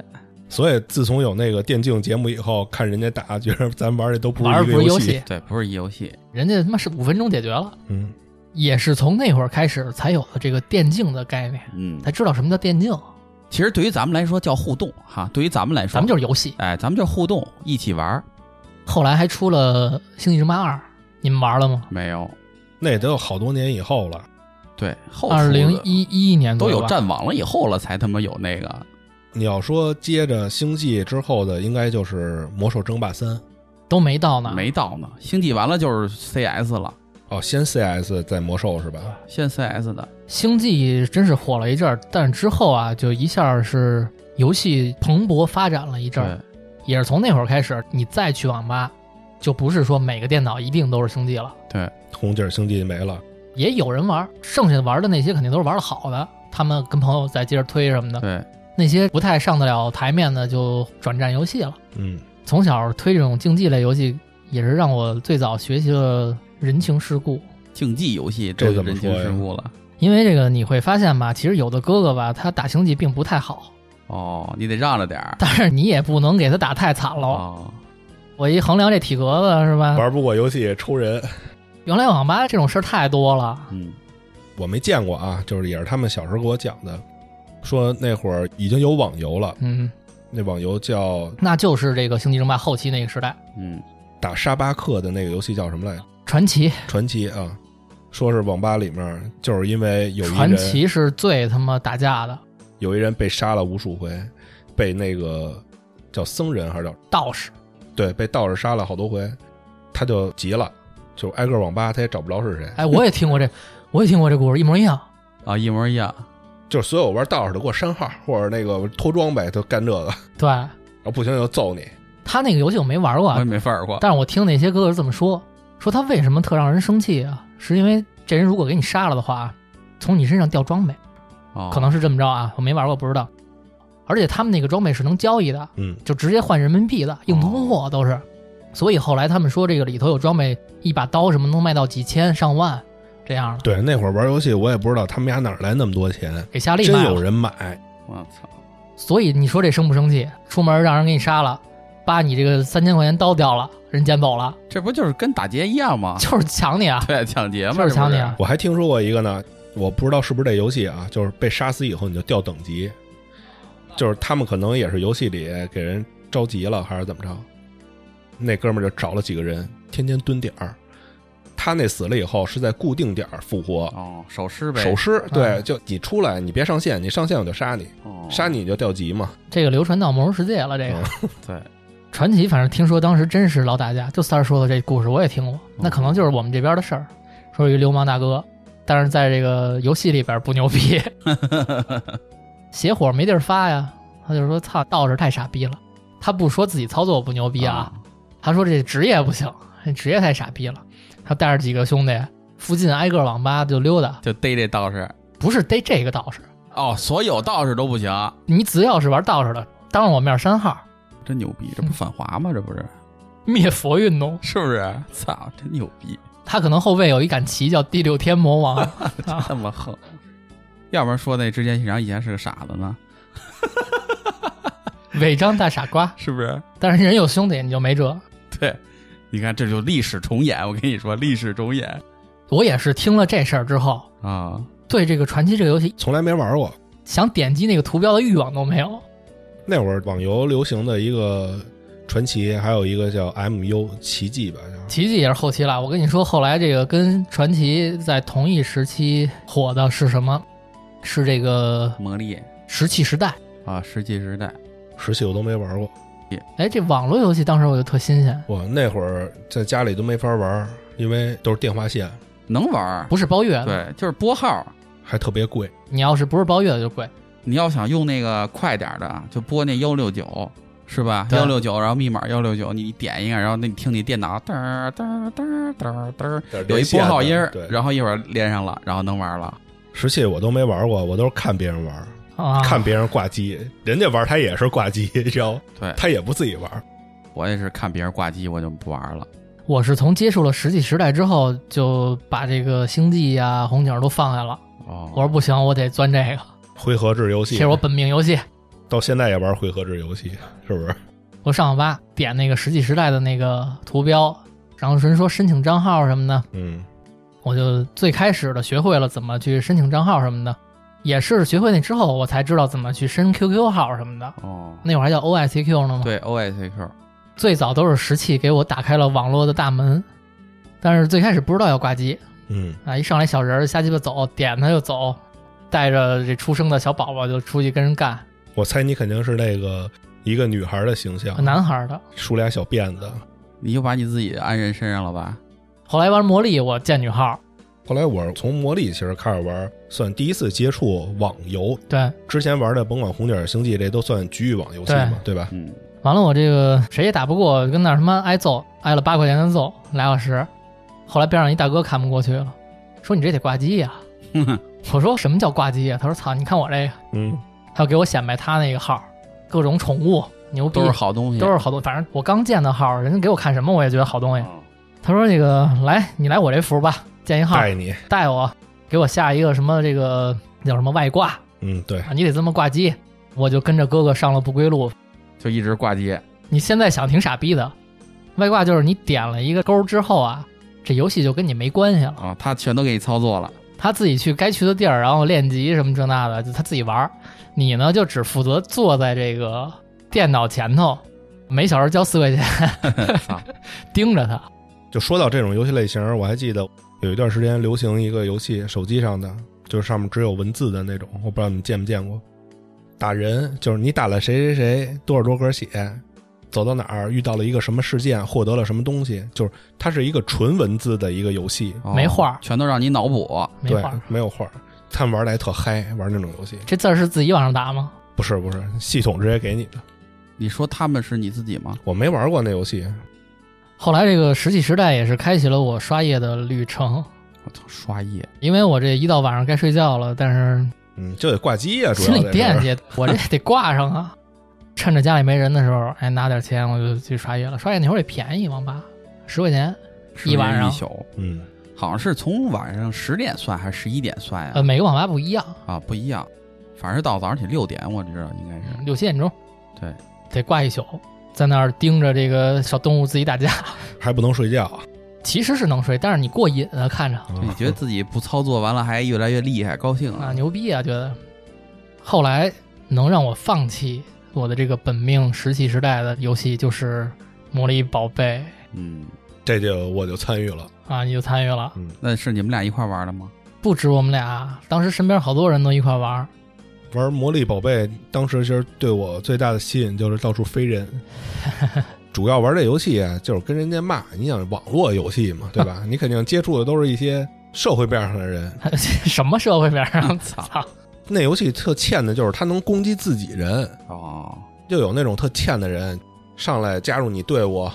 S3: 所以自从有那个电竞节目以后，看人家打，觉得咱玩的都不
S1: 玩儿
S3: 是一
S1: 不
S3: 个
S1: 是
S3: 游
S1: 游
S3: 戏。
S1: 戏，
S2: 对，不是一游戏，
S1: 人家他妈是五分钟解决了。
S3: 嗯，
S1: 也是从那会儿开始才有了这个电竞的概念，
S2: 嗯，
S1: 才知道什么叫电竞。
S2: 其实对于咱们来说叫互动哈，对于咱们来说，
S1: 咱们就是游戏。
S2: 哎，咱们就是互动，一起玩儿，
S1: 后来还出了《星际争霸二》，你们玩了吗？
S2: 没有，
S3: 那也得有好多年以后了。
S2: 对，后
S1: 二
S2: 出的
S1: 零一一年
S2: 都
S1: 左右
S2: 有
S1: 吧
S2: 战网了以后了，才他妈有那个，
S3: 你要说接着星际之后的，应该就是《魔兽争霸三》
S1: 都没到呢。
S2: 没到呢。星际完了就是 CS 了，
S3: 哦，先 CS 再魔兽是吧？
S2: 现 CS 的，
S1: 星际真是火了一阵儿，但是之后啊，就一下是游戏蓬勃发展了一阵儿。
S2: 对，
S1: 也是从那会儿开始，你再去网吧，就不是说每个电脑一定都是星际了，
S3: 红劲儿星际没了，
S1: 也有人玩儿，剩下玩的那些肯定都是玩的好的，他们跟朋友再接着推什么的。
S2: 对，
S1: 那些不太上得了台面的，就转战游戏了。
S3: 嗯，
S1: 从小推这种竞技类游戏，也是让我最早学习了人情世故。
S2: 竞技游戏
S3: 这
S2: 都有
S3: 怎么
S2: 人
S3: 说
S2: 情
S3: 呀
S2: 世故了。
S1: 因为这个你会发现吧，其实有的哥哥吧，他打星际并不太好，
S2: 哦，你得让着点儿。
S1: 但是你也不能给他打太惨了。
S2: 哦，
S1: 我一衡量这体格子是吧？
S3: 玩啊不过游戏抽人，
S1: 原来网吧这种事儿太多了，
S2: 嗯，
S3: 我没见过啊，就是也是他们小时候给我讲的，说那会儿已经有网游了，
S1: 嗯，
S3: 那网游叫
S1: 那就是这个星际争霸后期那个时代，
S2: 嗯，
S3: 打沙巴克的那个游戏叫什么来着？
S1: 传奇，
S3: 传奇啊，说是网吧里面就是因为有一
S1: 传
S3: 人
S1: 奇是最他妈打架的
S3: 有一人被杀了无数回，被那个叫僧人还是叫
S1: 道士，
S3: 对被道士杀了好多回，他就急了，就挨个网吧他也找不着是谁，
S1: 哎，我也听 过这，我也听过这故事，一模一样。
S2: 啊，一模一样。
S3: 就是所有玩道士的给我删号或者那个脱装备都干这个，
S1: 对
S3: 然后不行就揍你。
S1: 他那个游戏我没玩过
S2: 我
S1: 啊
S2: 也，
S3: 嗯
S2: 没玩过。
S1: 但是我听那些哥哥是这么说，说他为什么特让人生气啊？是因为这人如果给你杀了的话，啊从你身上掉装备，
S2: 哦，
S1: 可能是这么着啊，我没玩过不知道。而且他们那个装备是能交易的，
S3: 嗯，
S1: 就直接换人民币的，硬通
S3: 哦
S1: 货都是。所以后来他们说这个里头有装备，一把刀什么能卖到几千上万这样的，
S3: 对，那会儿玩游戏我也不知道他们家哪儿来那么多钱，
S1: 给夏利
S3: 真
S1: 卖
S3: 有
S1: 了。
S3: 人买。
S2: 我操，
S1: 所以你说这生不生气？出门让人给你杀了，把你这个三千块钱刀掉了，人捡走了，
S3: 啊
S2: 这不就是跟打劫一样吗？
S1: 就是抢你啊！
S2: 对，抢劫嘛，
S1: 就是抢劫
S2: 这不
S3: 我还听说过一个呢，我不知道是不是这游戏啊，就是被杀死以后你就掉等级，就是他们可能也是游戏里给人着急了还是怎么着，那哥们儿就找了几个人天天蹲点儿，他那死了以后是在固定点儿复活
S2: 是。哦，手尸呗，
S3: 手尸对，
S1: 啊
S3: 就你出来，你别上线，你上线我就杀你，
S2: 尸
S3: 杀你就掉级嘛。
S1: 这个流传到魔兽世界了，这个。
S3: 嗯
S2: 对，
S1: 传奇，反正听说当时真是老打架。就三儿说的这故事，我也听过。那可能就是我们这边的事儿，说有一个流氓大哥，但是在这个游戏里边不牛逼，邪火没地儿发呀。他就说：“操，道士太傻逼了。”他不说自己操作不牛逼
S2: 哦
S1: 啊，他说这职业不行，这职业太傻逼了。他带着几个兄弟，附近挨个网吧就溜达，
S2: 就逮这道士。
S1: 不是逮这个道士，
S2: 哦，所有道士都不行，
S1: 你只要是玩道士的，当着我面删号，
S2: 真牛逼！这不反华吗？这不是，
S1: 灭佛运动。
S2: 是不是？操，真牛逼，
S1: 他可能后背有一杆旗叫第六天魔王。啊
S2: 那么横。要不然说那之前信长以前是个傻子呢，
S1: 违章大傻瓜，
S2: 是不是？
S1: 但是人有兄弟你就没辙。
S2: 对，你看这就历史重演，我跟你说，历史重演
S1: 我也是听了这事儿之后，
S2: 啊！
S1: 对这个传奇这个游戏
S3: 从来没玩过。
S1: 想点击那个图标的欲望都没有。
S3: 那会儿网游流行的一个传奇，还有一个叫 MU 奇迹吧，叫
S1: 奇迹也是后期了，我跟你说，后来这个跟传奇在同一时期火的是什么？是这个
S2: 魔力
S1: 石器时代。
S2: 啊，石器时代，
S3: 实习我都没玩过。
S1: 哎，这网络游戏当时我就特新鲜，
S3: 我那会儿在家里都没法玩，因为都是电话线，
S2: 能玩儿，
S1: 不是包月的，
S2: 对，就是拨号。
S3: 还特别贵。
S1: 你要是不是包月的就贵。
S2: 你要想用那个快点儿的，啊就拨那幺六九，是吧？
S1: 对
S2: 幺六九，然后密码幺六九，你点一下，然后那你听你电脑嘚儿嘚儿嘚儿嘚儿嘚儿，有一拨号音儿
S3: 对，，
S2: 然后一会儿连上了，然后能玩了。
S3: 石器我都没玩过，我都是看别人玩，
S1: 啊，
S3: 看别人挂机，人家玩他也是挂机，你知道吗？
S2: 对
S3: 他也不自己玩。
S2: 我也是看别人挂机，我就不玩了。
S1: 我是从接触了《石器时代》之后，就把这个星际呀、红警都放下了。
S2: 哦，
S1: 我说不行，我得钻这个，
S3: 回合制游
S1: 这
S3: 戏
S1: 是，我本命游戏。
S3: 到现在也玩回合制游戏，是不是？
S1: 我上网吧点那个《石器时代》的那个图标，然后人说申请账号什么的，
S3: 嗯，
S1: 我就最开始的学会了怎么去申请账号什么的，也是学会那之后，我才知道怎么去申 QQ 号什么的。
S2: 哦，
S1: 那会儿还叫 OICQ 呢嘛，
S2: 对 O I C Q，
S1: 最早都是石器给我打开了网络的大门，但是最开始不知道要挂机
S3: 嗯，
S1: 啊，一上来小人儿瞎鸡巴走，点他就走，带着这出生的小宝宝就出去跟人干，
S3: 我猜你肯定是那个一个女孩的形象，
S1: 男孩儿的。
S3: 梳俩小辫子。
S2: 你就把你自己安人身上了吧？
S1: 后来玩魔力，我见女号，
S3: 后来我从魔力其实开始玩，算第一次接触网游。
S1: 对，
S3: 之前玩的甭管红点星际，这都算局域网游戏嘛，对吧？
S2: 嗯，
S1: 完了，我这个谁也打不过，跟那儿他妈挨揍，挨了八块钱的揍，俩小时。后来边上一大哥看不过去了，说你这得挂机 呀、我说什么叫挂机呀、他说操，你看我这个，
S3: 嗯，
S1: 他就给我显摆他那个号，各种宠物牛逼，
S2: 都是好东西，
S1: 都是好东，反正我刚建的号，人家给我看什么我也觉得好东
S2: 嗯
S1: 西。他说那个来，你来我这服吧，建一号
S3: 带你，
S1: 带我，给我下一个什么这个叫什么外挂
S3: 嗯，对，
S1: 啊，你得这么挂机。我就跟着哥哥上了不归路，
S2: 就一直挂机。
S1: 你现在想挺傻逼的，外挂就是你点了一个勾之后啊，这游戏就跟你没关系了，
S2: 啊，他全都给你操作了。
S1: 他自己去该去的地儿，然后练级什么这那的，就他自己玩儿。你呢就只负责坐在这个电脑前头，每小时交四块钱，
S2: 操
S1: 盯着他。
S3: 就说到这种游戏类型，我还记得有一段时间流行一个游戏，手机上的，就是上面只有文字的那种，我不知道你们见没见过。打人就是你打了谁谁谁多少多格血，走到哪儿遇到了一个什么事件，获得了什么东西，就是它是一个纯文字的一个游戏，
S2: 哦
S1: 没画儿
S2: 全都让你脑补。
S1: 没
S3: 对
S1: 话儿，，
S3: 没有画儿。他们玩的还特嗨，玩那种游戏
S1: 这字儿是自己往上打吗？
S3: 不是不是系统直接给你的，
S2: 你说他们是你自己吗？
S3: 我没玩过那游戏，
S1: 后来这个石器时代也是开启了我刷夜的旅程，
S2: 我操，刷夜
S1: 因为我这一到晚上该睡觉了，但是
S3: 嗯，就得挂机呀、主
S1: 心
S3: 要
S1: 里
S3: 在这
S1: 惦
S3: 儿
S1: 记，我这得挂上啊。趁着家里没人的时候，哎，拿点钱我就去刷夜了。刷夜那会儿也便宜，网吧十块钱，
S2: 是
S1: 一晚上
S2: 一宿，
S3: 嗯，
S2: 好像是从晚上十点算还是十一点算呀、
S1: 呃，每个网吧不一样，
S2: 啊，不一样，反正到早上起六点，我知道应该
S3: 嗯
S2: 是。
S1: 六七点钟
S2: 对，
S1: 得挂一宿，在那儿盯着这个小动物自己打架，
S3: 还不能睡觉
S1: 其实是能睡，但是你过瘾啊，看着
S3: 啊
S2: 就你觉得自己不操作完了还越来越厉害，高兴
S1: 啊，牛逼啊，觉得。后来能让我放弃我的这个本命石器时代的游戏就是《魔力宝贝
S2: 嗯，
S3: 这就我就参与了，》
S1: 啊，你就参与了。
S3: 嗯，
S2: 那是你们俩一块玩的吗？
S1: 不止我们俩，当时身边好多人都一块玩儿，
S3: 玩《魔力宝贝》，当时其实对我最大的吸引就是到处飞人。主要玩这游戏啊，就是跟人家骂。你想网络游戏嘛，对吧？你肯定接触的都是一些社会边上的人。
S1: 什么社会面啊？
S2: 操
S1: 操！
S3: 那游戏特欠的就是它能攻击自己人，
S2: 哦，
S3: 就有那种特欠的人上来加入你队伍，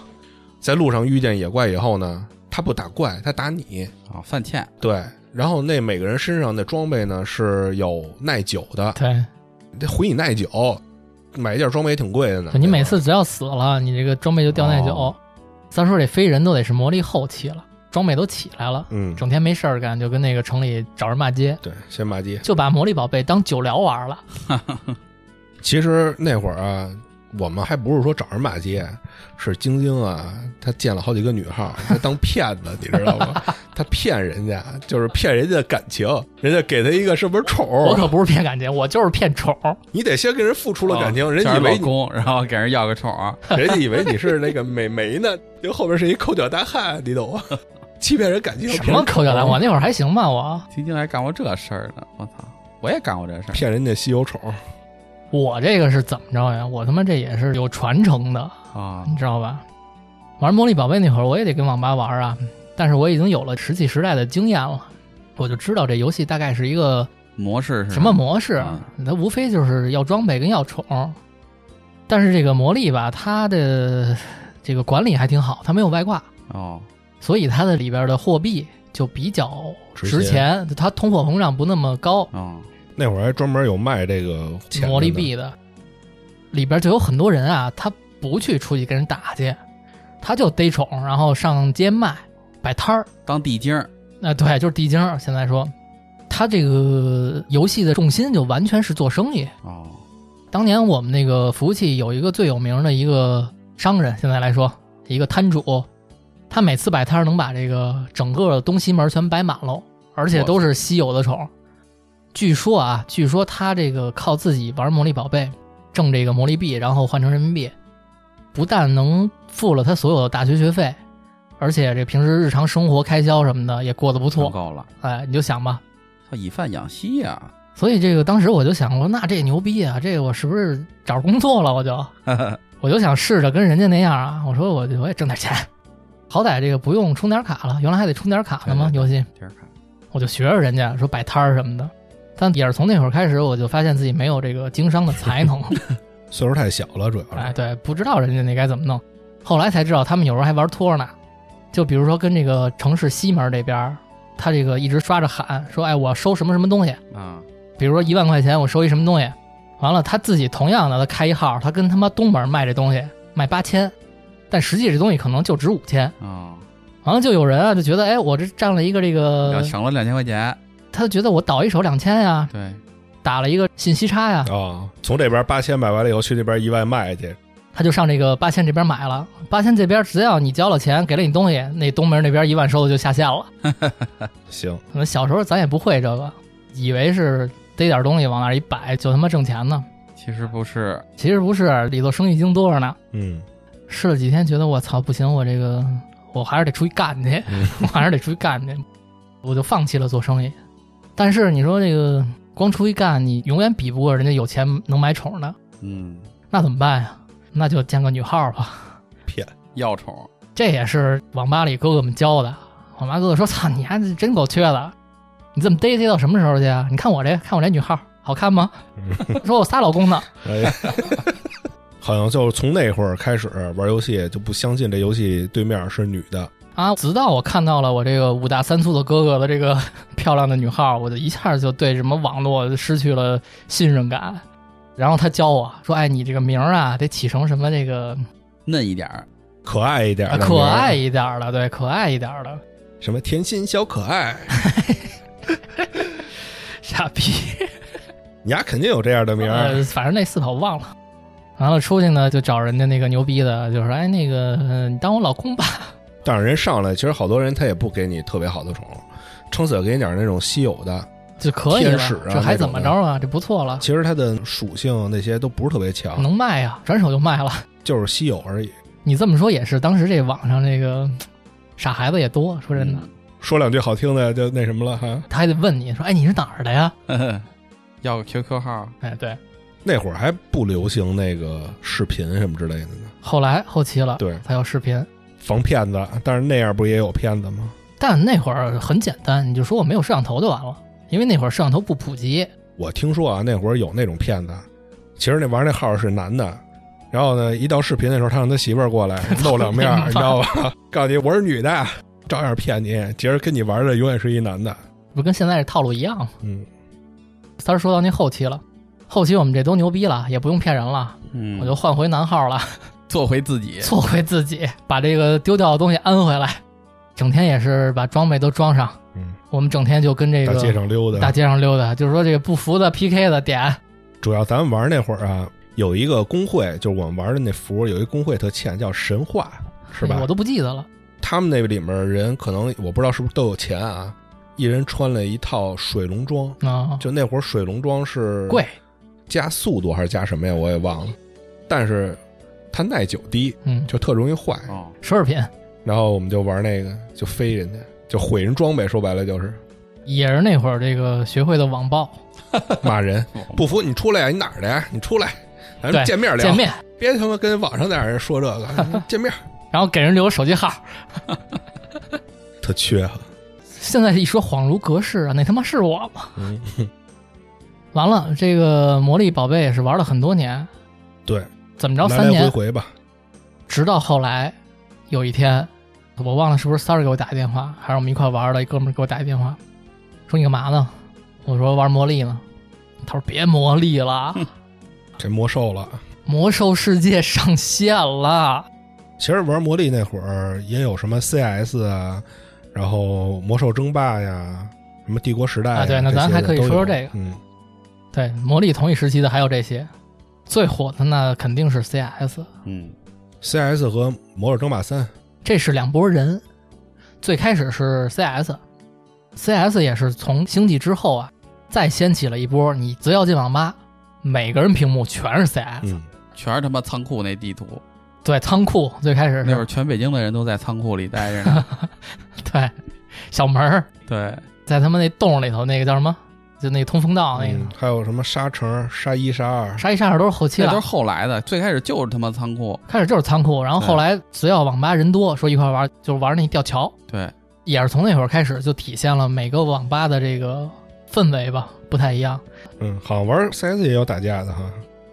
S3: 在路上遇见野怪以后呢，他不打怪，他打你。
S2: 啊，犯欠
S3: 对，然后那每个人身上的装备呢是有耐久的，
S1: 对，
S3: 得回你耐久，买一件装备也挺贵的呢。
S1: 就你每次只要死了，你这个装备就掉耐久
S2: 哦。
S1: 咱说这飞人都得是魔力后期了，装备都起来了，
S3: 嗯，
S1: 整天没事儿干，就跟那个城里找人骂街，
S3: 对，先骂街。
S1: 就把魔力宝贝当酒疗玩了。
S3: 其实那会儿啊，我们还不是说找人骂街，是晶晶啊，她见了好几个女号，她当骗子，你知道吗？ 她骗人家，就是骗人家的感情，人家给她一个是不是宠
S1: 我
S3: 儿？
S1: 可不是骗感情，我就是骗宠。
S3: 你得先给人付出了感情，
S2: 哦
S3: 人家
S2: 叫
S3: 以为
S2: 老
S3: 你
S2: 公，然后给人要个宠儿，
S3: 人家以为你是那个美眉呢，就后边是一抠脚大汉，你懂吗？ 欺骗人感情，
S1: 什么抠脚蛋？我那会儿还行吧，我
S2: 晶晶还干过这事儿呢，我操，我也干过这事儿。
S3: 骗人家稀有宠？
S1: 我这个是怎么着呀？啊我他妈这也是有传承的，
S2: 啊
S1: 你知道吧？玩魔力宝贝那会儿，我也得跟网吧玩啊，但是我已经有了石器时代的经验了，我就知道这游戏大概是一个
S2: 模式
S3: 嗯
S2: 是
S1: 什么？模式
S2: 啊，
S1: 它无非就是要装备跟要宠。但是这个魔力吧，它的这个管理还挺好，它没有外挂，
S2: 哦，
S1: 所以它的里边的货币就比较
S3: 值钱
S1: 值钱，它通货膨胀不那么高。
S2: 哦，
S3: 那会儿还专门有卖这个钱的呢
S1: 魔力，币的，里边就有很多人啊，他不去出去跟人打去，他就逮宠，然后上街卖摆摊儿。
S2: 当地精儿，
S1: 那对，就是地精儿。现在说，他这个游戏的重心就完全是做生意。
S2: 哦，
S1: 当年我们那个服务器有一个最有名的一个商人，现在来说一个摊主，他每次摆摊儿能把这个整个东西门全摆满喽，而且都是稀有的宠。据说啊，据说他这个靠自己玩魔力宝贝挣这个魔力币，然后换成人民币，不但能付了他所有的大学学费，而且这平时日常生活开销什么的也过得不
S2: 糟
S1: 错。
S2: 糕了，
S1: 哎，你就想吧，
S2: 他以贩养啊吸呀、
S1: 所以这个当时我就想，我说那这牛逼啊，这我是不是找工作了？我就我就想试着跟人家那样啊，我说我我也挣点钱，好歹这个不用充点卡了，原来还得充点卡呢嘛，
S2: 对对
S1: 游戏
S2: 天儿看，
S1: 我就学着人家说摆摊儿什么的。但也是从那会儿开始，我就发现自己没有这个经商的才 能，
S3: 岁数太小了，主要
S1: 哎，
S3: 是。
S1: 对，不知道人家那该怎么弄。后来才知道，他们有时候还玩托呢，就比如说跟这个城市西门这边儿，他这个一直刷着喊说，哎，我收什么什么东西，
S2: 啊，
S1: 比如说一万块钱，我收一什么东西，完了他自己同样的他开一号，他跟他妈东门卖这东西卖八千，但实际这东西可能就值五千。
S2: 啊，
S1: 完了就有人啊就觉得，哎，我这占了一个这
S2: 要
S1: 个，
S2: 省了两千块钱，
S1: 他觉得我倒一手两千呀，
S2: 对，
S1: 打了一个信息差呀，
S3: 啊，从这边八千买完了以后，去那边一万卖去，
S1: 他就上这个八千这边买了。八千这边只要你交了钱，给了你东西，那东门那边一万收的就下线了。
S3: 行，
S1: 可能小时候咱也不会这个，以为是逮点东西往那儿一摆就他妈挣钱呢，
S2: 其实不是，
S1: 其实不是，里头生意经多着呢。
S3: 嗯，
S1: 试了几天，觉得我操不行，我这个我还是得出去干去，
S3: 嗯
S1: 我还是得出去干去，我就放弃了做生意。但是你说这个光出去干，你永远比不过人家有钱能买宠的，
S2: 嗯，
S1: 那怎么办呀？那就建个女号吧，
S3: 骗
S2: 要宠，
S1: 这也是网吧里哥哥们教的。网吧哥哥说：“操，你还真够缺的，你这么逮逮到什么时候去啊？你看我这，看我这女号好看吗？说我仨老公呢，
S3: 哎，好像就是从那会儿开始玩游戏就不相信这游戏对面是女的，
S1: 啊，直到我看到了我这个五大三粗的哥哥的这个 漂亮的女号，我就一下就对什么网络失去了信任感。然后他教我说：“哎，你这个名儿啊，得起成什么这个、
S2: 嫩一点儿，
S3: 可爱一点
S1: 啊
S3: 的、
S1: 可爱，一点儿的，对，可爱一点儿的，
S3: 什么甜心小可爱，
S1: 傻逼。
S3: 你丫肯定有这样的名儿
S1: 呃，反正那四口忘了。完了出去呢，就找人家那个牛逼的，就说：哎，那个、呃你当我老公吧。
S3: 但是人上来，其实好多人他也不给你特别好的宠，撑死给你点儿那种稀有的。
S1: 就可以了，
S3: 天使啊
S1: 这还怎么着啊？这不错了，
S3: 其实它的属性那些都不是特别强，
S1: 能卖呀、转手就卖了。
S3: 就是稀有而已。
S1: 你这么说也是，当时这网上这个傻孩子也多，说
S3: 嗯
S1: 真的，
S3: 说两句好听的就那什么了哈。
S1: 他还得问你说：“哎，你是哪儿的呀
S2: 嗯 要个 QQ 号，？”
S1: 哎，对。
S3: 那会儿还不流行那个视频什么之类的呢，
S1: 后来后期了，
S3: 对
S1: 才有视频。
S3: 防骗子。但是那样不也有骗子吗？
S1: 但那会儿很简单，你就说我没有摄像头就完了，因为那会儿摄像头不普及。
S3: 我听说啊，那会儿有那种骗子，其实那玩那号是男的，然后呢，一到视频的时候，他让他媳妇儿过来露两面儿，你知道 吧？告诉你我是女的，照样骗你。其实跟你玩的永远是一男的。
S1: 不跟现在这套路一样吗？
S3: 嗯，
S1: 三儿说到那后期了，后期我们这都牛逼了，也不用骗人了，
S2: 嗯，
S1: 我就换回男号了，
S2: 做回自己，
S1: 做回自己，把这个丢掉的东西安回来，整天也是把装备都装上。
S3: 嗯，
S1: 我们整天就跟这
S3: 大
S1: 个
S3: 街上溜达，
S1: 大街上溜达，就是说这个不服的 PK 的点，
S3: 主要咱们玩那会儿啊，有一个工会，就是我们玩的那服，有一工会特欠，叫神话，是吧
S1: 我？都不记得了。
S3: 他们那里面人可能我不知道是不是都有钱啊，一人穿了一套水龙装，
S1: 啊、
S3: 就那会儿水龙装是
S1: 贵，
S3: 加速度还是加什么呀？我也忘了，但是它耐久低，
S1: 嗯，
S3: 就特容易坏。
S2: 哦，。
S1: 奢侈品
S3: 然后我们就玩那个，就飞人家，就毁人装备，说白了就是
S1: 也是那会儿这个学会的网暴，
S3: 骂人
S2: 不
S3: 不服你出来呀、你哪儿的呀？你出 来，咱
S1: 对
S3: 们见面聊，
S1: 见面，
S3: 别他妈跟网上那样人说这个，见 面
S1: 然后给人留手机号。
S3: 特缺哈。
S1: 现在一说恍如隔世啊，那他妈是我吗？
S3: 嗯，
S1: 完了，这个魔力宝贝也是玩了很多年，
S3: 对，
S1: 怎么着
S3: 来
S1: 三
S3: 来回
S1: 年，
S3: 回吧。
S1: 直到后来有一天，我忘了是不是三儿给我打一电话，还是我们一块玩的一哥们儿给我打一电话，说你干嘛呢？ 我说玩魔力呢。他说别魔力了，
S3: 这魔兽了，
S1: 魔兽世界上线了，
S3: 其实玩魔力那会儿也有什么 CS 啊，然后魔兽争霸呀，什么帝国时代呀
S1: 啊对那咱
S3: 这些
S1: 还可以
S3: 都有
S1: 说说这个
S3: 嗯，
S1: 对，魔力同一时期的还有这些，最火的那肯定是 CS，
S2: 嗯，
S3: CS 和《魔兽争霸三》，
S1: 这是两拨人。最开始是 CS，CS 也是从星际之后啊，再掀起了一波。你只要进网吧，每个人屏幕全是 CS，、
S3: 嗯，
S2: 全是他妈仓库那地图，
S1: 对，仓库最开始
S2: 那会
S1: 是
S2: 儿全北京的人都在仓库里待着 呢。
S1: 对小门儿，
S2: 对，
S1: 在他们那洞里头，那个叫什么？就那个通风道那个，
S3: 嗯还有什么沙城、沙一、沙二，
S1: 沙一沙二都是后期
S2: 这
S1: 了，
S2: 都是后来的，最开始就是他妈仓库。
S1: 开始就是仓库，然后后来只要网吧人多，说一块玩，就是玩那吊桥，
S2: 对，
S1: 也是从那会儿开始就体现了每个网吧的这个氛围吧，不太一样。
S3: 嗯，好像玩 CS 也有打架的哈。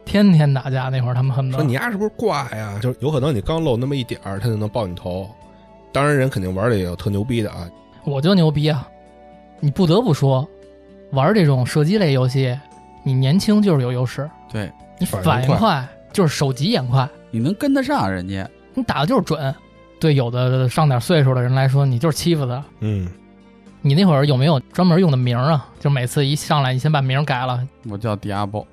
S1: 天天打架那会儿，他们恨不
S3: 说
S1: 得
S3: 你丫是不是挂呀？就有可能你刚露那么一点儿，他就能爆你头。当然，人肯定玩的也有特牛逼的啊，
S1: 我就牛逼啊！你不得不说，玩这种射击类游戏，你年轻就是有优势，
S2: 对，
S1: 你
S3: 反应
S1: 反应
S3: 快
S1: 快，就是手疾眼快，
S2: 你能跟得上人家。
S1: 你打的就是准。对有的上点岁数的人来说，你就是欺负他。
S3: 嗯，
S1: 你那会儿有没有专门用的名儿啊？就每次一上来，你先把名儿改了，
S2: 我叫 Diablo，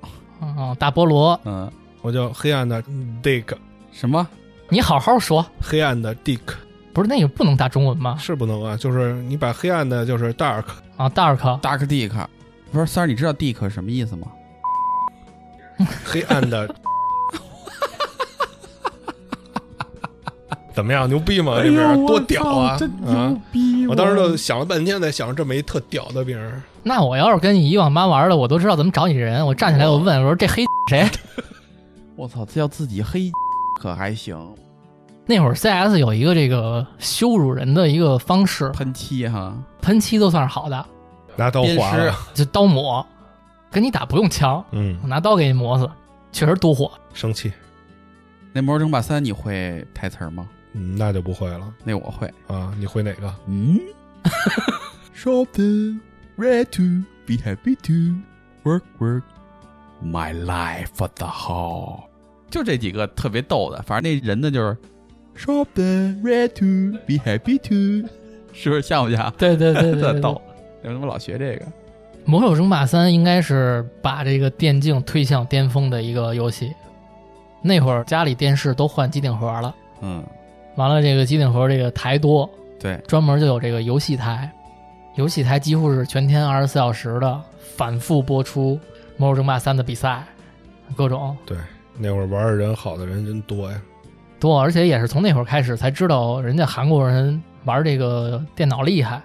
S1: 嗯，大菠萝，
S2: 嗯，
S3: 我叫黑暗的 Dick，
S2: 什么？
S1: 你好好说，
S3: 黑暗的 Dick
S1: 不是那个不能打中文吗？
S3: 是不能啊，就是你把黑暗的，就是 Dark，
S1: 啊，dark，
S2: Dark Dick，不是三儿，你知道 Dick 什么意思吗？
S3: 黑暗的， 怎么样，牛逼
S2: 哎
S3: 吗？这名儿多屌啊！啊！
S2: 逼
S3: 我当时就想了半天，才想着这么一特屌的名儿。
S1: 那我要是跟你一网吧玩的，我都知道怎么找你人。我站起来，我问我说这黑 谁？
S2: 我操，这要自己黑可还行，
S1: 那会儿 CS 有一个这个羞辱人的一个方式，
S2: 喷漆哈，
S1: 喷漆都算是好的，
S3: 拿刀
S2: 鞭
S3: 划
S2: 尸啊
S3: 了，
S1: 就刀抹，跟你打不用枪，
S3: 嗯，
S1: 我拿刀给你磨死，确实多火。
S3: 生气，
S2: 那魔兽争霸三你会台词儿吗？
S3: 嗯，那就不会了
S2: 那我会。
S3: 啊！你会哪个？
S2: 嗯，Something red to be happy to work work my life for the whole，就这几个特别逗的，反正那人呢就是 Something red to be happy to，是不是像不像？
S1: 对对对
S2: 特逗，为什么老学这个？
S1: 魔兽争霸三》应该是把这个电竞推向巅峰的一个游戏。那会儿家里电视都换机顶盒了，
S2: 嗯，
S1: 完了这个机顶盒这个台多，
S2: 对，
S1: 专门就有这个游戏台，游戏台几乎是全天二十四小时的反复播出《魔兽争霸三》的比赛，各种
S3: 那会儿玩的人好的人真多呀。
S1: 多，而且也是从那会儿开始才知道人家韩国人玩这个电脑厉害。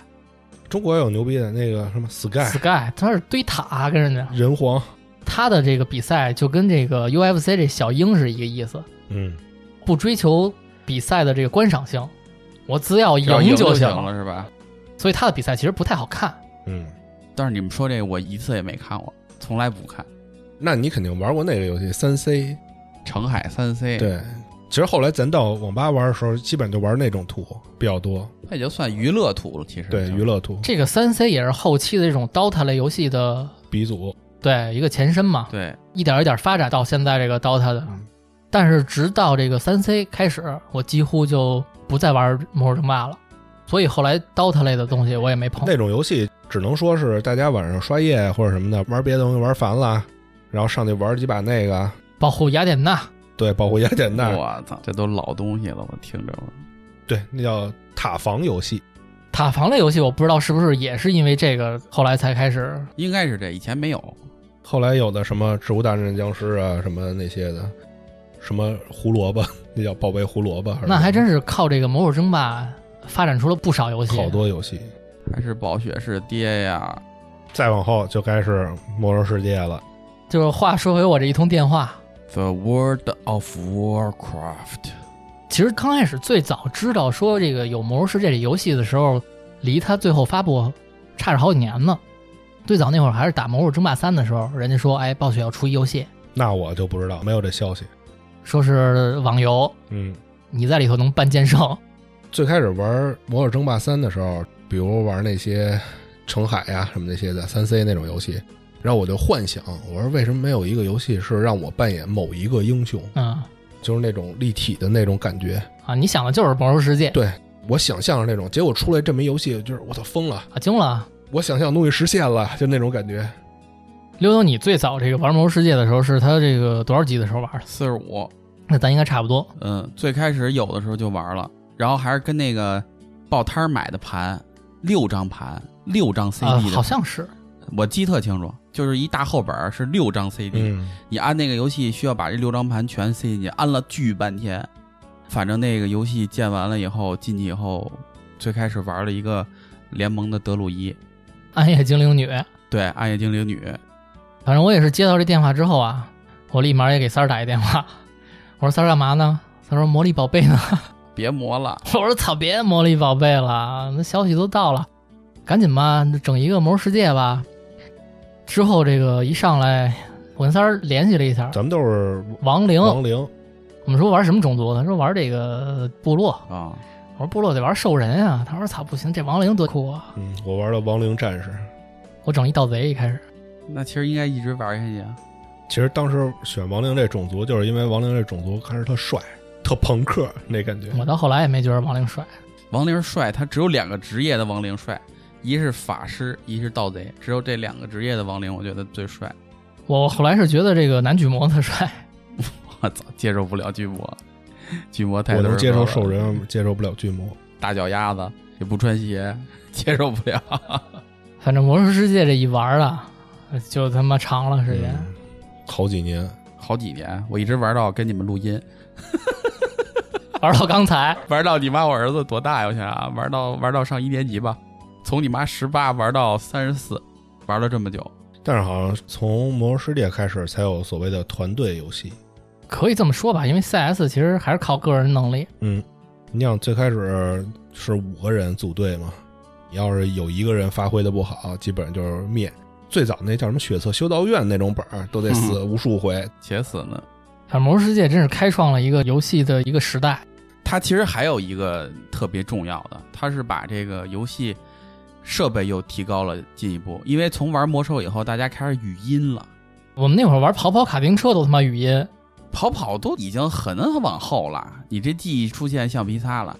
S3: 中国也有牛逼的那个什么 Sky
S1: Sky 他是堆塔跟人家，
S3: 人皇，
S1: 他的这个比赛就跟这个 UFC 这小鹰是一个意思，
S3: 嗯，
S1: 不追求比赛的这个观赏性，我只要
S2: 要赢
S1: 赢就
S2: 行
S1: 行。
S2: 了是吧？
S1: 所以他的比赛其实不太好看。
S3: 嗯，
S2: 但是你们说这个我一次也没看过，从来不看。
S3: 那你肯定玩过那个游戏三 C。
S2: 澄海三 C，，
S3: 对，其实后来咱到网吧玩的时候，基本就玩那种图比较多，
S2: 那也就算娱乐图了，其实
S3: 对，
S2: 哎就
S3: 娱乐图
S1: 这个三 C 也是后期的这种 DOTA 类游戏的
S3: 鼻祖。
S1: 对一个前身嘛，
S2: 对，
S1: 一点一点发展到现在这个 DOTA 的
S3: 嗯。
S1: 但是直到这个三 C 开始，我几乎就不再玩《魔兽争霸》了，所以后来 DOTA 类的东西我也没碰。
S3: 那种游戏只能说是大家晚上刷夜或者什么的，玩别的东西玩烦了，然后上去玩几把那个，
S1: 保护雅典娜，
S3: 对，保护雅典娜，
S2: 我操，这都老东西了，我听着我
S3: 对，那叫塔防游戏。
S1: 塔防类游戏我不知道是不是也是因为这个后来才开始。
S2: 应该是这，以前没有。
S3: 后来有的什么《植物大战僵尸》啊，什么那些的，什么胡萝卜， 那叫宝贝胡萝卜，
S1: 那还真是靠这个《魔兽争霸》发展出了不少游戏。
S3: 好多游戏。
S2: 还是暴雪是爹呀，
S3: 再往后就该是魔兽世界了，
S1: 就是话说回我这一通电话，
S2: 《The World of Warcraft》
S1: 其实刚开始最早知道说这个有《魔兽世界》这游戏的时候，离它最后发布差着好几年呢。最早那会儿还是打《魔兽争霸三》的时候，人家说：“哎，暴雪要出一游戏，
S3: 那我就不知道，没有这消息。
S1: 说是网游，
S3: 嗯，
S1: 你在里头能办剑圣。
S3: 最开始玩《魔兽争啊霸三》的时候，比如玩那些澄海呀、什么那些的三 C 那种游戏，然后我就幻想，我说为什么没有一个游戏是让我扮演某一个英雄，
S1: 嗯
S3: 就是那种立体的那种感觉？
S1: 啊，你想的就是魔兽世界
S3: 对我想象是那种，结果出来这么一游戏，就是我操疯了，
S1: 啊，惊了！
S3: 我想象的东西实现了，就那种感觉。
S1: 溜溜，你最早这个玩魔兽世界的时候是他这个多少级的时候玩的？
S2: 四十五，
S1: 那咱应该差不多。
S2: 嗯，最开始有的时候就玩了，然后还是跟那个报摊儿买的盘，六张盘，六张
S1: 啊、
S2: CD 的，
S1: 好像是
S2: 我记特清楚，就是一大厚本儿是六张 CD，、
S3: 嗯，
S2: 你按那个游戏需要把这六张盘全塞进去，按了巨半天。反正那个游戏建完了以后，进去以后，最开始玩了一个联盟的德鲁伊，
S1: 暗夜精灵女。
S2: 对，暗夜精灵女，
S1: 反正我也是接到这电话之后啊，我立马也给三儿打一电话， 我说三儿干嘛呢？他说魔力宝贝呢。
S2: 别磨了，
S1: 我说操，别魔力宝贝了，那消息都到了，赶紧吧，整一个魔兽世界吧。之后这个一上来，我跟三儿联系了一下，
S3: 咱们都是
S1: 亡灵，
S3: 亡灵，
S1: 我们说玩什么种族？他说玩这个部落。
S2: 啊、
S1: 我说部落得玩兽人啊。他说操，不行，这亡灵多酷啊！
S3: 嗯，我玩的亡灵战士。
S1: 我整一盗贼一开始，
S2: 那其实应该一直玩下去啊。
S3: 其实当时选亡灵这种族，就是因为亡灵这种族看着特帅，特朋克那感觉。
S1: 我到后来也没觉得亡灵帅。
S2: 亡灵帅，他只有两个职业的亡灵帅，一是法师，一是盗贼，只有这两个职业的亡灵，我觉得最帅。
S1: 我后来是觉得这个男巨魔特帅，
S2: 我操，接受不了巨魔，巨魔太
S3: 我能
S2: 多
S3: 接受
S2: 了
S3: 兽人，啊接受不了巨魔。
S2: 大脚丫子，也不穿鞋，接受不了。
S1: 反正魔兽世界这一玩儿啊，就他妈长了时间。
S3: 嗯，好几年，
S2: 好几年，我一直玩到跟你们录音，
S1: 玩到刚才，
S2: 玩到你妈我儿子多大呀？我想想啊，玩到玩到上一年级吧，从你妈十八玩到三十四，玩了这么久。
S3: 但是好像从《魔兽世界》开始才有所谓的团队游戏。
S1: 可以这么说吧，因为 CS 其实还是靠个人能力。
S3: 嗯，你想最开始是五个人组队嘛，你要是有一个人发挥的不好，基本上就是灭。最早那叫什么血色修道院那种本儿，都得死无数回。
S2: 且死呢，
S1: 反正魔兽世界真是开创了一个游戏的一个时代。
S2: 它其实还有一个特别重要的，它是把这个游戏设备又提高了进一步，因为从玩魔兽以后，大家开始语音了，
S1: 我们那会儿玩跑跑卡丁车都他妈语音，
S2: 跑跑都已经很往后了，你这记忆出现橡皮擦了，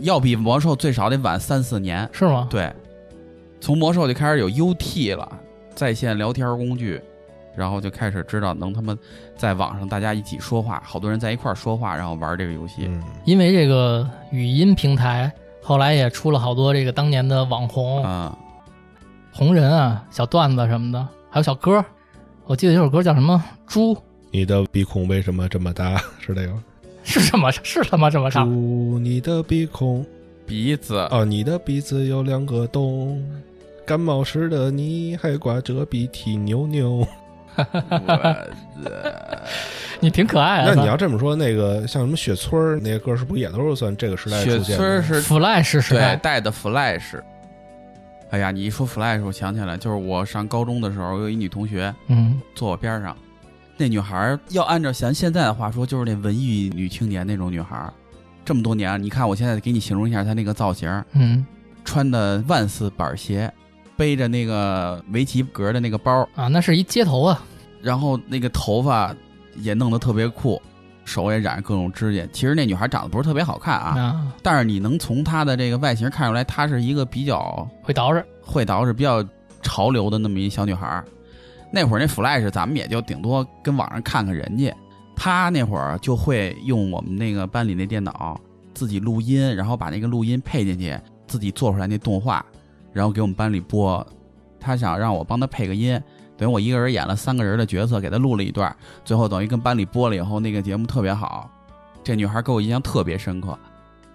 S2: 要比魔兽最少得晚三四年。
S1: 是吗？
S2: 对，从魔兽就开始有 UT 了，在线聊天工具，然后就开始知道能他妈在网上大家一起说话，好多人在一块儿说话，然后玩这个游戏。
S3: 嗯，
S1: 因为这个语音平台，后来也出了好多这个当年的网
S3: 嗯
S1: 红、
S2: 啊、
S1: 红人啊、小段子什么的，还有小歌儿。我记得有首歌叫什么“猪
S3: 你的鼻孔为什么这么大？是这个吗？”，
S1: 是什么？是他妈这么唱？
S3: 猪，你的鼻孔
S2: 鼻 子、
S3: 哦，你的鼻子有两个洞，感冒时的你还挂着鼻涕牛牛。
S2: 我的
S1: 你挺可爱啊
S3: 那
S1: 的。
S3: 你要这么说，那个像什么雪村儿那些歌，是不是也都是算这个时代
S2: 雪
S3: 出现
S2: 村
S3: 的
S2: 儿？是
S1: Flash 时
S2: 对
S1: 代，
S2: 带的 Flash。哎呀，你一说 Flash，我想起来，就是我上高中的时候，有一女同学
S1: 嗯，
S2: 坐我边上，那女孩儿要按照咱现在的话说，就是那文艺女青年那种女孩儿。这么多年啊，你看我现在给你形容一下她那个造型，
S1: 嗯
S2: 穿的万斯板鞋，背着那个围棋格的那个包，
S1: 啊，那是一街头啊，
S2: 然后那个头发也弄得特别酷，手也染各种指甲。其实那女孩长得不是特别好看啊，
S1: 啊，
S2: 但是你能从她的这个外形看出来，她是一个比较
S1: 会倒着。
S2: 会捯饬、比较潮流的那么一小女孩儿。那会儿那 Flash 咱们也就顶多跟网上看看人家，她那会儿就会用我们那个班里那电脑自己录音，然后把那个录音配进去，自己做出来那动画，然后给我们班里播。她想让我帮她配个音，等于我一个人演了三个人的角色，给她录了一段，最后等于跟班里播了以后，那个节目特别好，这女孩给我印象特别深刻。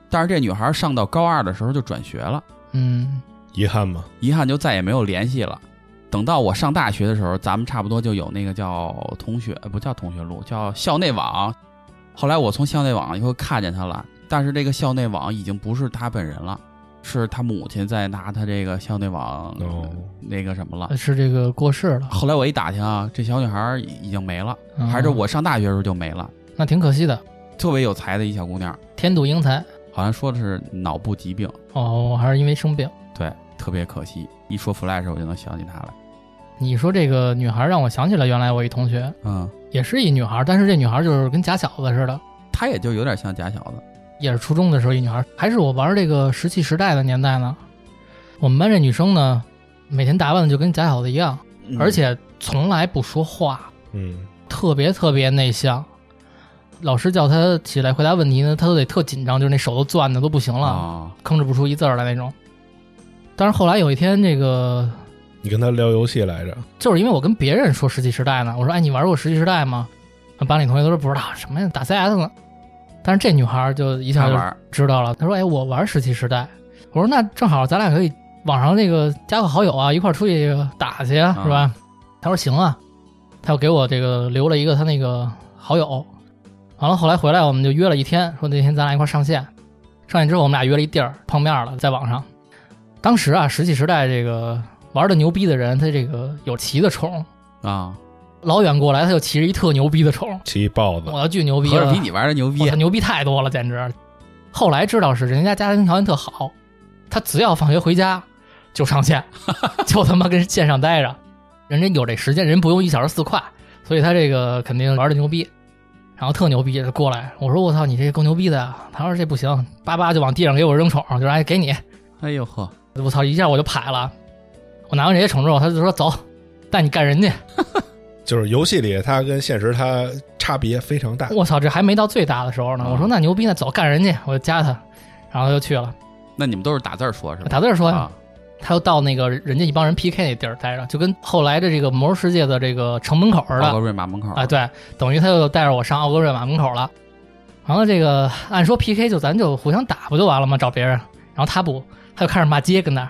S2: 但是这女孩上到高二的时候就转学了。
S1: 嗯，
S3: 遗憾嘛，
S2: 遗憾就再也没有联系了。等到我上大学的时候，咱们差不多就有那个叫同学，呃不叫同学录，叫校内网。后来我从校内网以后看见他了，但是这个校内网已经不是他本人了，是他母亲在拿他这个校内网、
S3: 哦
S2: 那个什么了。
S1: 是这个过世了，
S2: 后来我一打听啊，这小女孩儿已经没了，
S1: 嗯
S2: 还是我上大学的时候就没了。
S1: 那挺可惜的，
S2: 特别有才的一小姑娘，
S1: 天妒英才。
S2: 好像说的是脑部疾病，
S1: 哦，还是因为生病。
S2: 对，特别可惜。一说 Flash 我就能想起她来。
S1: 你说这个女孩让我想起了原来我一同学，
S2: 嗯，
S1: 也是一女孩，但是这女孩就是跟假小子似的，
S2: 他也就有点像假小子。
S1: 也是初中的时候一女孩，还是我玩这个石器时代的年代呢。我们班这女生呢，每天打扮的就跟假小子一样，
S2: 嗯
S1: 而且从来不说话，
S3: 嗯，
S1: 特别特别内向。老师叫她起来回答问题呢，她都得特紧张，就是那手都攥的都不行了，
S2: 啊，
S1: 吭哧不出一字儿来那种。但是后来有一天，这个
S3: 你跟他聊游戏来着，
S1: 就是因为我跟别人说《石器时代》呢，我说：“哎，你玩过《石器时代》吗？”班里同学都说不知道什么呀，打 CS 呢。但是这女孩就一
S2: 他
S1: 下就
S2: 玩儿
S1: 知道了，她说：“哎，我玩《石器时代》。”我说：“那正好，咱俩可以网上那个加个好友啊，一块儿出去打去啊，是吧？”她说：“行啊。”她又给我这个留了一个她那个好友。完了，后来回来我们就约了一天，说那天咱俩一块儿上线。上线之后，我们俩约了一地儿碰面了，在网上。当时啊，《石器时代》这个玩的牛逼的人，他这个有骑的宠，
S2: 啊，
S1: 老远过来他就骑着一特牛逼的宠，
S3: 骑一豹子
S1: 我，要巨牛逼
S2: 合着
S1: 了
S2: 比，你玩的牛
S1: 我
S2: 逼
S1: 操，牛逼太多了，简直。后来知道是人家家庭条件特好，他只要放学回家就上线，就他妈跟线上待着，人家有这时间，人不用一小时四块，所以他这个肯定玩的牛逼，然后特牛逼就过来，我说我操你这够牛逼的呀，他说这不行，叭叭就往地上给我扔宠，就说哎给你，
S2: 哎呦呵，
S1: 我操，一下我就排了。我拿完这些宠之后，他就说走，带你干人去。
S3: 就是游戏里他跟现实他差别非常大。
S1: 我操，这还没到最大的时候呢。
S2: 啊
S1: 我说那牛逼，那走干人去，我就加他，然后他就去了。
S2: 那你们都是打字儿说是吧？
S1: 打字儿说呀，
S2: 啊，
S1: 他又到那个人家一帮人 PK 那地儿待着，就跟后来的这个魔兽世界的这个城门口似
S2: 奥
S1: 的
S2: 格瑞玛门口
S1: 啊。，对，等于他又带着我上奥格瑞玛门口了。完了，这个按说 PK 就咱就互相打不就完了吗？找别人，然后他不，他就开始骂街，跟 那儿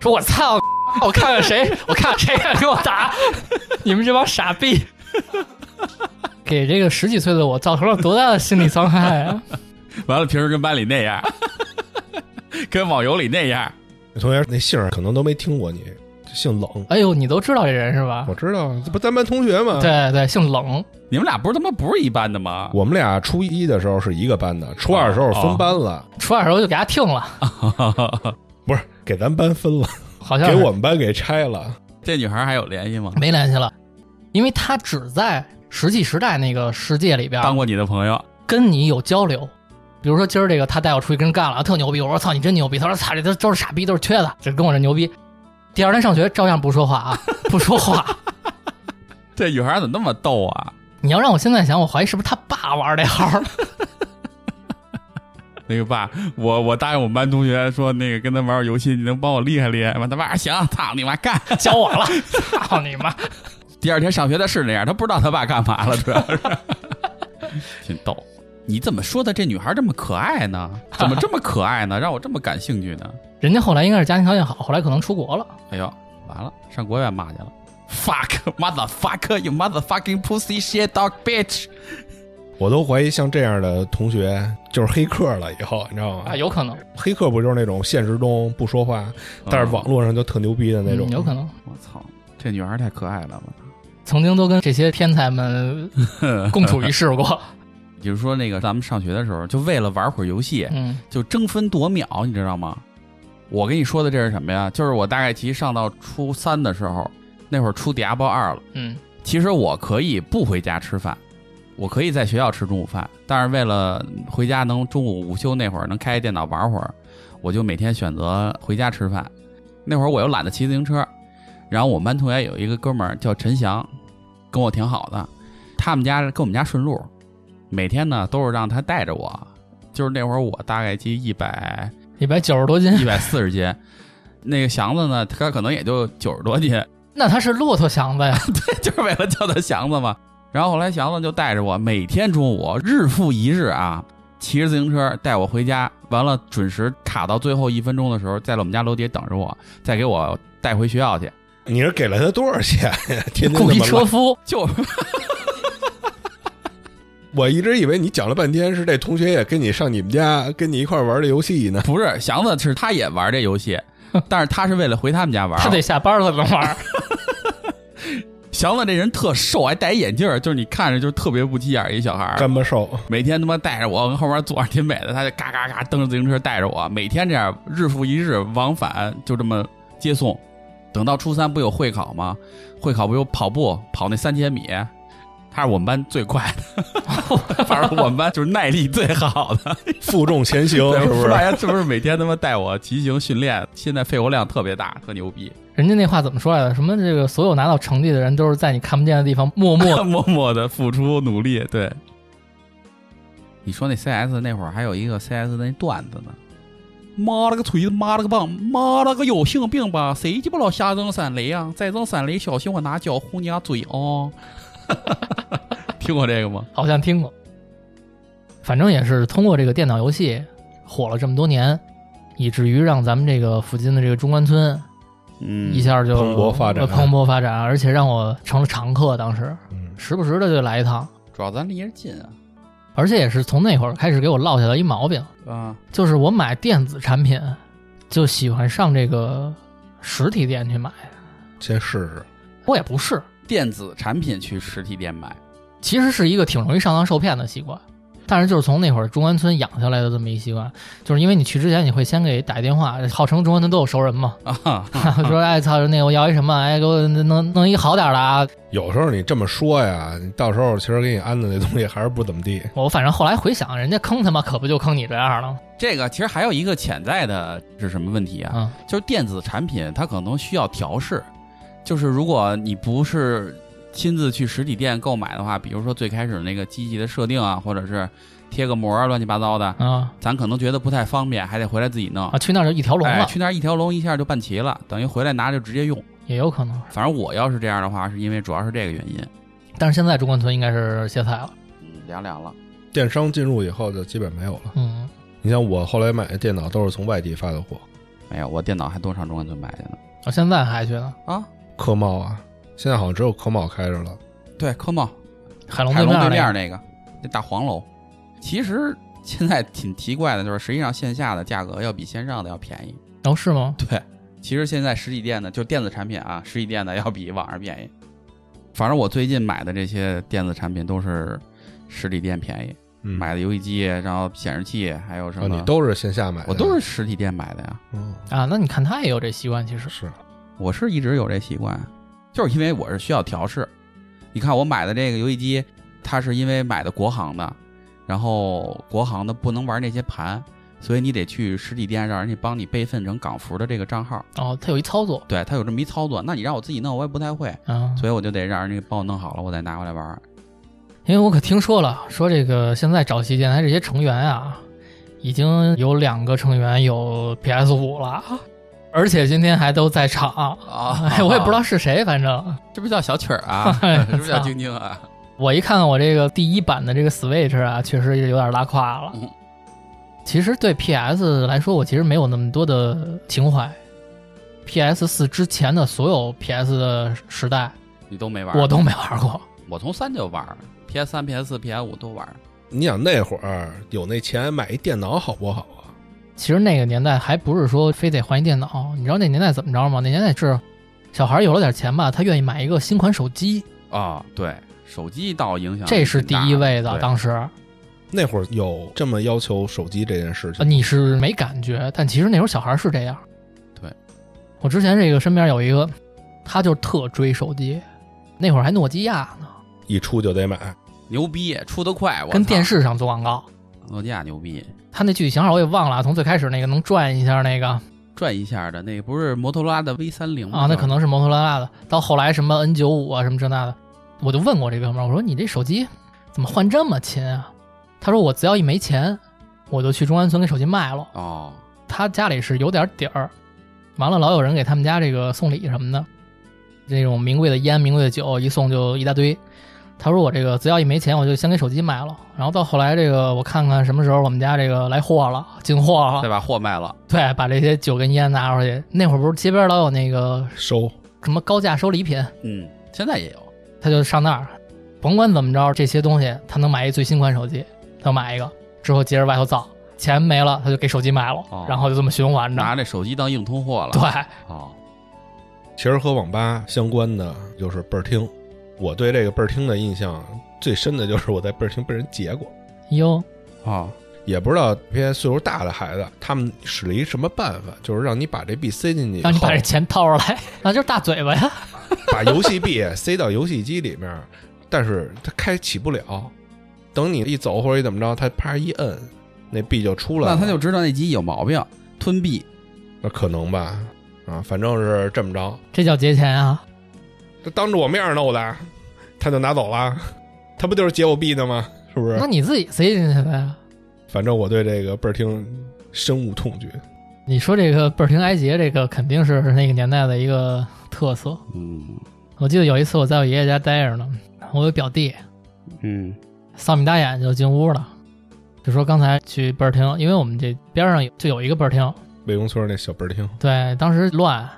S1: 说：“我操！我看看谁，我看看谁敢跟我 打，你们这帮傻逼！”给这个十几岁的我造成了多大的心理伤害啊！
S2: 完了，平时跟班里那 样，跟网游里那样，
S3: 那同学那姓儿可能都没听过你，姓冷，
S1: 哎呦，你都知道这人是吧？
S3: 我知道，啊这不咱班同学吗？
S1: 啊对对，姓冷，
S2: 你们俩不是他妈不是一班的吗？
S3: 我们俩初一的时候是一个班的，初二的时
S1: 哦
S3: 候分班了，
S1: 初二时候就给他听了，
S3: 不是给咱班分了，
S1: 好像
S3: 给
S1: 是
S3: 我们班给拆了。
S2: 这女孩还有联系吗？
S1: 没联系了，因为他只在石器时代那个世界里边
S2: 当过你的朋友，
S1: 跟你有交流。比如说今儿这个他带我出去跟人干了，特牛逼，我说操你真牛逼，他说操这都都是傻逼，都是缺的，这跟我这牛逼。第二天上学照样不说话啊， 不说话。
S2: 这女孩怎么那么逗啊？
S1: 你要让我现在想，我怀疑是不是他爸玩这行儿？
S2: 那个爸，我我答应我们班同学说，那个跟他玩会儿游戏，你能帮我厉害厉害吗？他爸行，操你妈干！
S1: 教我了， 操你妈！
S2: 第二天上学他是那样，他不知道他爸干嘛了，主要是 挺逗。你怎么说的这女孩这么可爱 呢？怎么这么可爱呢？让我这么感兴趣呢？
S1: 人家后来应该是家庭条件好，后来可能出国了。
S2: 哎呦，完了，上国院骂去了。Fuck motherfucker, you motherfucking pussy shit dog bitch！
S3: 我都怀疑像这样的同学就是黑客了，以后你知道吗？
S1: 啊，有可能，
S3: 黑客不就是那种现实中不说话，
S2: 嗯
S3: 但是网络上就特牛逼的那种？
S1: 嗯有可能，
S2: 我操，这女孩太可爱了。
S1: 曾经都跟这些天才 们共处一室过。
S2: 比如说那个咱们上学的时候，就为了玩会儿游戏，
S1: 嗯，
S2: 就争分夺秒，你知道吗？我跟你说的这是什么呀？就是我大概其上到初三的时候，那会儿出《Diablo 二》了。
S1: 嗯，
S2: 其实我可以不回家吃饭，我可以在学校吃中午饭，但是为了回家能中午午休那会儿能开电脑玩会儿，我就每天选择回家吃饭。那会儿我又懒得骑自行车，然后我们班同学有一个哥们儿叫陈翔，跟我挺好的，他们家跟我们家顺路，每天呢都是让他带着我。就是那会儿我大概记一百
S1: 一百九十多斤
S2: 一，百四十斤，那个祥子呢，他可能也就九十多斤，
S1: 那他是骆驼祥 子呀？
S2: 就是为了叫他祥子嘛。然后后来祥子就带着我，每天中午日复一日啊，骑着自行车带我回家，完了准时卡到最后一分钟的时候，在我们家楼底下等着我，再给我带回学校去。
S3: 你是给了他多少钱 呀？天天这
S1: 雇
S3: 么
S1: 一
S3: 拉
S1: 车夫，
S2: 就。
S3: 我一直以为你讲了半天是这同学也跟你上你们家跟你一块儿玩这游戏呢
S2: 不是祥子是他也玩这游戏，但是他是为了回他们家
S3: 啊
S2: 玩。
S1: 他得下班了才能玩 儿。
S2: 祥子这人特瘦，还戴一眼镜儿，就是你看着就是特别不起眼儿一小孩儿。
S3: 干巴瘦，
S2: 每天他妈带着我，跟后面坐着挺美的，他就嘎嘎嘎蹬着自行车带着我，每天这样日复一日往返，就这么接送。等到初三不有会考吗？会考不有跑步跑那三千米，他是我们班最快的，反正 我们班就是耐力最好的，
S3: 负重前行
S2: 对
S3: 是不是
S2: 大？家是 不是每天他妈带我骑行训练？现在肺活量特别大，特牛逼，
S1: 人家那话怎么说来的？什么这个所有拿到成绩的人都是在你看不见的地方 默 默
S2: 默默的付出努力。对，你说那 CS 那会儿还有一个 CS 那段子呢。妈了个锤子，妈了个棒，妈了个有性病吧！谁鸡巴老瞎扔闪雷啊？再扔闪雷，小心我拿脚呼你丫嘴哦！ 听过这个吗？
S1: 好像听过。反正也是通过这个电脑游戏火了这么多年，以至于让咱们这个附近的这个中关村
S2: 嗯
S1: 一下就
S3: 蓬勃发展
S1: 呃蓬勃发展，而且让我成了常客。当时
S3: 嗯
S1: 时不时的就来一趟，
S2: 主要咱离着近啊。
S1: 而且也是从那会儿开始给我落下了一毛病，
S2: 啊，
S1: 就是我买电子产品就喜欢上这个实体店去买。
S3: 先试试。
S1: 我也不是，
S2: 电子产品去实体店买，
S1: 其实是一个挺容易上当受骗的习惯，但是就是从那会儿中关村养下来的这么一习惯，就是因为你去之前你会先给打一电话，号称中关村都有熟人嘛，
S2: 啊，
S1: 说哎操，那个我要一什么，哎给我弄弄一好点儿的啊。
S3: 有时候你这么说呀，你到时候其实给你安的那东西还是不怎么地。
S1: 我反正后来回想，人家坑他妈可不就坑你这样了吗？
S2: 这个其实还有一个潜在的是什么问题啊？
S1: 嗯，
S2: 就是电子产品它可能需要调试，就是如果你不是亲自去实体店购买的话，比如说最开始那个机器的设定啊，或者是贴个膜儿乱七八糟的，
S1: 啊
S2: 咱可能觉得不太方便，还得回来自己弄。
S1: 啊，去那儿就一条龙
S2: 哎，
S1: 了，
S2: 去那儿一条龙一下就办齐了，等于回来拿就直接用。
S1: 也有可能。
S2: 反正我要是这样的话，是因为主要是这个原因。
S1: 但是现在中关村应该是歇菜了，
S2: 嗯，凉凉了。
S3: 电商进入以后就基本没有了。
S1: 嗯，
S3: 你像我后来买的电脑都是从外地发的货，
S2: 没哎有，我电脑还都上中关村买去呢。
S1: 我哦现在还去呢，
S2: 啊，
S3: 科贸啊，现在好像只有科贸开着了。
S2: 对，科贸
S1: 海龙
S2: 海龙对
S1: 面
S2: 面
S1: 那个
S2: 那个那大黄楼，其实现在挺奇怪的，就是实际上线下的价格要比线上的要便宜。
S1: 哦是吗？
S2: 对，其实现在实体店的就电子产品啊，实体店的要比网上便宜。反正我最近买的这些电子产品都是实体店便宜，
S3: 嗯，
S2: 买的游戏机，然后显示器，还有什
S3: 啊，
S2: 么？
S3: 你都是线下买的？
S2: 我都是实体店买的呀。
S3: 嗯，
S1: 啊，那你看他也有这习惯，其实
S3: 是啊
S2: 我是一直有这习惯，就是因为我是需要调试。你看我买的这个游戏机，它是因为买的国行的，然后国行的不能玩那些盘，所以你得去实体店让人家帮你备份成港服的这个账号。
S1: 哦，他有一操作
S2: 对，它有这么一操作，那你让我自己弄，我也不太会，
S1: 啊，
S2: 所以我就得让人家帮我弄好了，我再拿回来玩儿。
S1: 因为我可听说了，说这个现在早期电台这些成员啊，已经有两个成员有 PS 五了，而且今天还都在场。
S2: 啊
S1: 哎，我也不知道，哎是谁，反正
S2: 这不叫小曲儿 啊，是不是叫晶晶啊？
S1: 我一看看我这个第一版的这个 Switch 啊，确实有点拉胯了
S2: 嗯。
S1: 其实对 PS 来说，我其实没有那么多的情怀。PS 四之前的所有 PS 的时代，
S2: 你都没玩儿，
S1: 我都没玩过。
S2: 我从三就玩儿，PS 三、PS 四、PS 五都玩儿。
S3: 你想那会儿有那钱买一电脑好不好啊？
S1: 其实那个年代还不是说非得换一电脑，你知道那年代怎么着吗？那年代是小孩有了点钱吧，他愿意买一个新款手机，
S2: 啊，对，手机倒影响
S1: 这是第一位的。当
S2: 时
S1: 时啊，
S3: 那会儿有这么要求手机这件事情，
S1: 呃你是没感觉，但其实那时候小孩是这样。
S2: 对，
S1: 我之前这个身边有一个，他就特追手机，那会儿还诺基亚呢，
S3: 一出就得买。
S2: 牛逼，出得快，我
S1: 跟
S2: 操
S1: 电视上做广告。
S2: 诺基亚牛逼，
S1: 他那具体型号我也忘了啊，从最开始那个能转一下那个
S2: 转一下的那个不是摩托罗拉的 V 三零吗？
S1: 啊，那可能是摩托罗拉的。到后来什么 N 九五啊，什么这那的，我就问过这哥们儿，我说你这手机怎么换这么勤啊？他说我只要一没钱，我就去中关村给手机卖了。
S2: 哦，
S1: 他家里是有点底儿，完了老有人给他们家这个送礼什么的，这种名贵的烟、名贵的酒一送就一大堆。他说我这个只要一没钱，我就先给手机卖了。然后到后来这个我看看什么时候我们家这个来货了，进货了
S2: 再，把货卖了，
S1: 对，把这些酒跟烟拿出去。那会儿不是街边老有那个
S3: 收
S1: 什么高价收礼品，
S2: 嗯，现在也有，
S1: 他就上那儿，甭管怎么着，这些东西他能买一最新款手机，他买一个之后接着外头造，钱没了他就给手机买了，
S2: 哦
S1: 然后就这么循环着。
S2: 拿这手机当硬通货了。
S1: 对，
S2: 哦，
S3: 其实和网吧相关的就是倍儿听。我对这个倍儿听的印象最深的就是我在倍儿听被人劫过。
S1: 哟，
S2: 哦，
S3: 也不知道这些岁数大的孩子，他们使了一什么办法，就是让你把这币塞进去以后，
S1: 让你把这钱掏出来，那就是大嘴巴呀。
S3: 把游戏币塞到游戏机里面，但是它开启不了。等你一走或者一怎么着，它啪一摁，那币就出来
S2: 那
S3: 了。
S2: 他就知道那机有毛病，吞币。
S3: 那可能吧，啊，反正是这么着。
S1: 这叫节钱啊！
S3: 他当着我面弄的，他就拿走了，他不就是劫我币的吗？是不是
S1: 那？你自己塞进去呗。
S3: 反正我对这个倍儿听深恶痛绝。
S1: 你说这个贝尔廷埃杰，这个肯定是那个年代的一个特色。
S2: 嗯
S1: 我记得有一次我在我爷爷家待着呢，我有表弟
S2: 嗯
S1: 扫米大眼就进屋了，就说刚才去贝尔廷，因为我们这边上有就有一个贝尔廷，
S3: 魏公村那小倍儿听，
S1: 对，当时乱，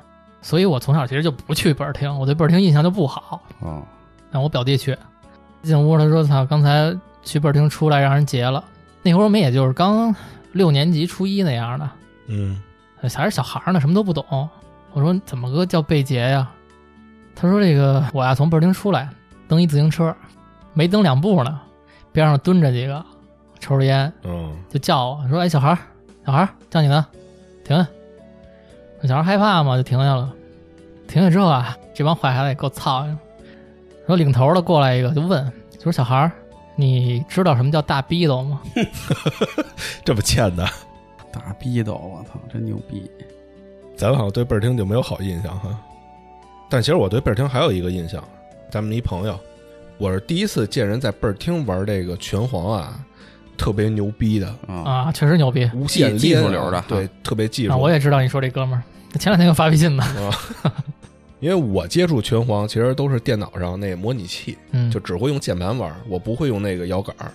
S1: 所以我从小其实就不去贝尔廷，我对贝尔廷印象就不好。
S2: 哦，
S1: 让我表弟去，进屋他说：“操，刚才去贝尔汀出来让人劫了。”那会儿我们也就是刚六年级初一那样的，
S3: 嗯，
S1: 还是小孩儿呢，什么都不懂。我说：“怎么个叫被劫呀？”他说：“这个我呀，从贝尔汀出来，蹬一自行车，没蹬两步呢，边上蹲着几个，抽着烟，
S3: 哦，
S1: 就叫我说：‘哎，小孩儿，小孩儿，叫你呢，停下。’那小孩儿害怕嘛，就停下了。停下之后啊，这帮坏孩子也够操心。然后领头的过来一个，就问：‘就说小孩儿，你知道什么叫大逼斗吗
S3: 这么欠的，
S2: 大逼斗，我操，真牛逼！
S3: 咱好像对倍儿听就没有好印象哈。但其实我对倍儿听还有一个印象，咱们一朋友，我是第一次见人在倍儿听玩这个拳皇啊，特别牛逼的，
S2: 啊，
S1: 啊？’确实牛逼
S3: 无限
S2: 技技术
S3: 连
S2: 流
S3: 啊
S2: 的
S3: 对，特别技术。
S1: 啊！我也知道你说这哥们儿，前两天又发微信呢。
S3: 因为我接触拳皇其实都是电脑上那模拟器，
S1: 嗯，
S3: 就只会用键盘玩，我不会用那个摇杆儿。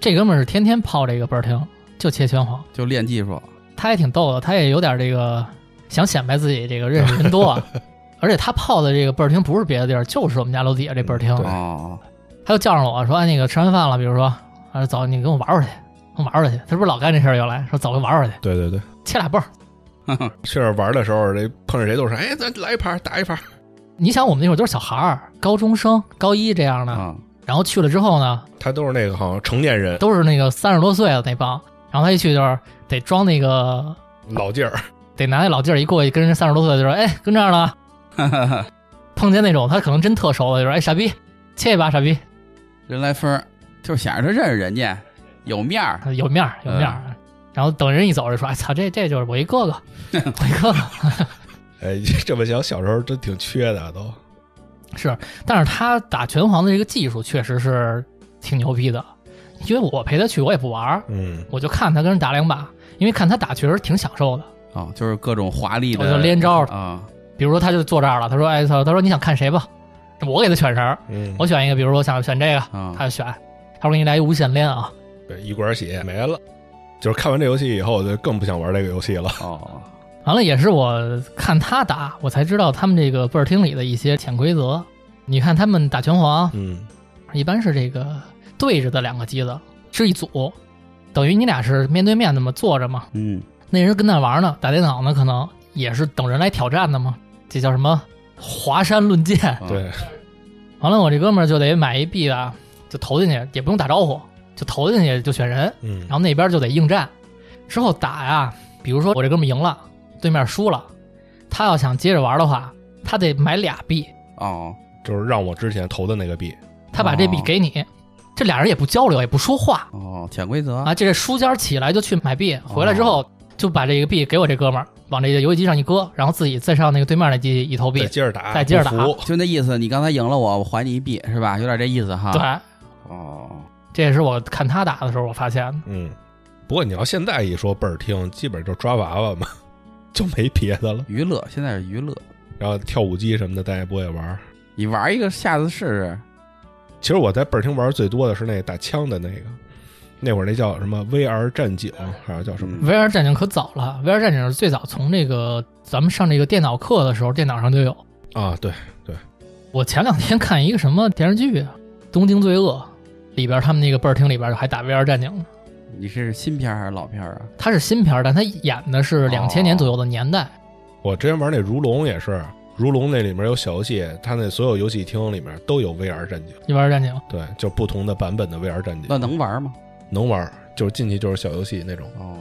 S1: 这哥们儿是天天泡这个贝尔汀，就切拳皇。
S2: 就练技术。
S1: 他也挺逗的，他也有点这个想显摆自己这个认识人多啊。 而且他泡的这个贝尔汀不是别的地儿，就是我们家楼底下这贝尔汀。
S3: 对
S2: 哦，
S1: 他就叫上我说：“哎，那个吃完饭了，比如说，啊，走，你跟我玩玩去，跟我玩玩去。”他不是老干这事儿，原来说走，跟我玩玩去，
S3: 对对对，
S1: 切俩蹦儿。
S3: 去那儿玩的时候，这碰上谁都是哎，咱来一盘，打一盘。
S1: 你想，我们那会儿都是小孩儿，高中生、高一这样的，
S2: 啊，
S1: 然后去了之后呢，
S3: 他都是那个好像成年人
S1: 都是那个三十多岁的那帮，然后他一去就是得装那个，
S3: 老劲儿，
S1: 得拿那老劲儿一过去跟人三十多岁的就说：“哎，跟这儿呢。碰见那种他可能真特熟的，就说：“哎，傻逼，切一把，傻逼，
S2: 人来分儿，就是想着他认识人家，有面儿。
S1: 有面儿，有面儿。然后等人一走就说：“哎操，这这就是我一哥哥，我一哥哥。”
S3: 哎， 这么想，小时候真挺缺的啊都。
S1: 是，但是他打拳皇的这个技术确实是挺牛逼的，因为我陪他去，我也不玩儿，
S3: 嗯，
S1: 我就看他跟人打两把，因为看他打确实挺享受的。
S2: 哦，就是各种华丽
S1: 我
S2: 的
S1: 哦就连招了，
S2: 啊，
S1: 比如说他就坐这儿了，他说：“哎操！”他说：“你想看谁吧？”我给他选人儿，
S3: 嗯
S1: 我选一个，比如说我想选这个，
S2: 啊
S1: 他就选。他说：“给你来一无限连啊
S3: 对一管血没了。就是看完这游戏以后，我就更不想玩这个游戏了。
S2: 哦，！”
S1: 完了也是我看他打，我才知道他们这个贝尔汀里的一些潜规则。你看他们打拳皇，
S3: 嗯，
S1: 一般是这个对着的两个机子是一组，等于你俩是面对面那么坐着嘛。
S2: 嗯，
S1: 那人跟那玩呢，打电脑呢，可能也是等人来挑战的嘛。这叫什么华山论剑？
S2: 啊，
S3: 对，
S1: 完了，我这哥们儿就得买一币啊，就投进去，也不用打招呼，就投进去就选人，
S3: 嗯
S1: 然后那边就得应战。之后打呀，比如说我这哥们儿赢了，对面输了，他要想接着玩的话，他得买俩币，
S2: 哦，
S3: 就是让我之前投的那个币，
S1: 他把这币
S2: 哦
S1: 给你，这俩人也不交流，也不说话，
S2: 哦，潜规则
S1: 啊，这书尖儿起来就去买
S2: 哦
S1: 币，回来之后就把这个币给我这哥们儿，往这个游戏机上一搁，然后自己再上那个对面那机一投
S3: 再
S1: 币，
S3: 接着打，
S1: 再接着打
S3: 不服
S2: 就那意思，你刚才赢了我，我还你一币，是吧？有点这意思哈。
S1: 对，，
S2: 哦，
S1: 这也是我看他打的时候我发现的。
S3: 嗯，不过你要现在一说倍儿听，基本就抓娃娃嘛， 就没别的了。
S2: 娱乐现在是娱乐，
S3: 然后跳舞机什么的，咱也不会玩儿。
S2: 你玩一个下次试试。
S3: 其实我在倍儿听玩儿最多的是那打枪的那个，那会儿那叫什么 VR 战警，还是叫什么？
S1: VR 战警可早了，VR 战警是最早从这个咱们上这个电脑课的时候，电脑上就有。
S3: 啊，对，
S1: 我前两天看一个什么电视剧啊，《东京罪恶》里边他们那个倍儿厅里边还打 VR 战警呢。
S2: 嗯你是新片儿还是老片儿啊？
S1: 它是新片儿，但它演的
S2: 哦
S1: 是两千年左右的年代。
S3: 我之前玩那如龙也是，如龙那里面有小游戏，它那所有游戏厅里面都有 VR 战警，
S1: 一 VR 战警
S3: 对，就不同的版本的 VR 战警，
S2: 那能玩吗？
S3: 能玩儿，就是进去就是小游戏那种。
S2: 哦，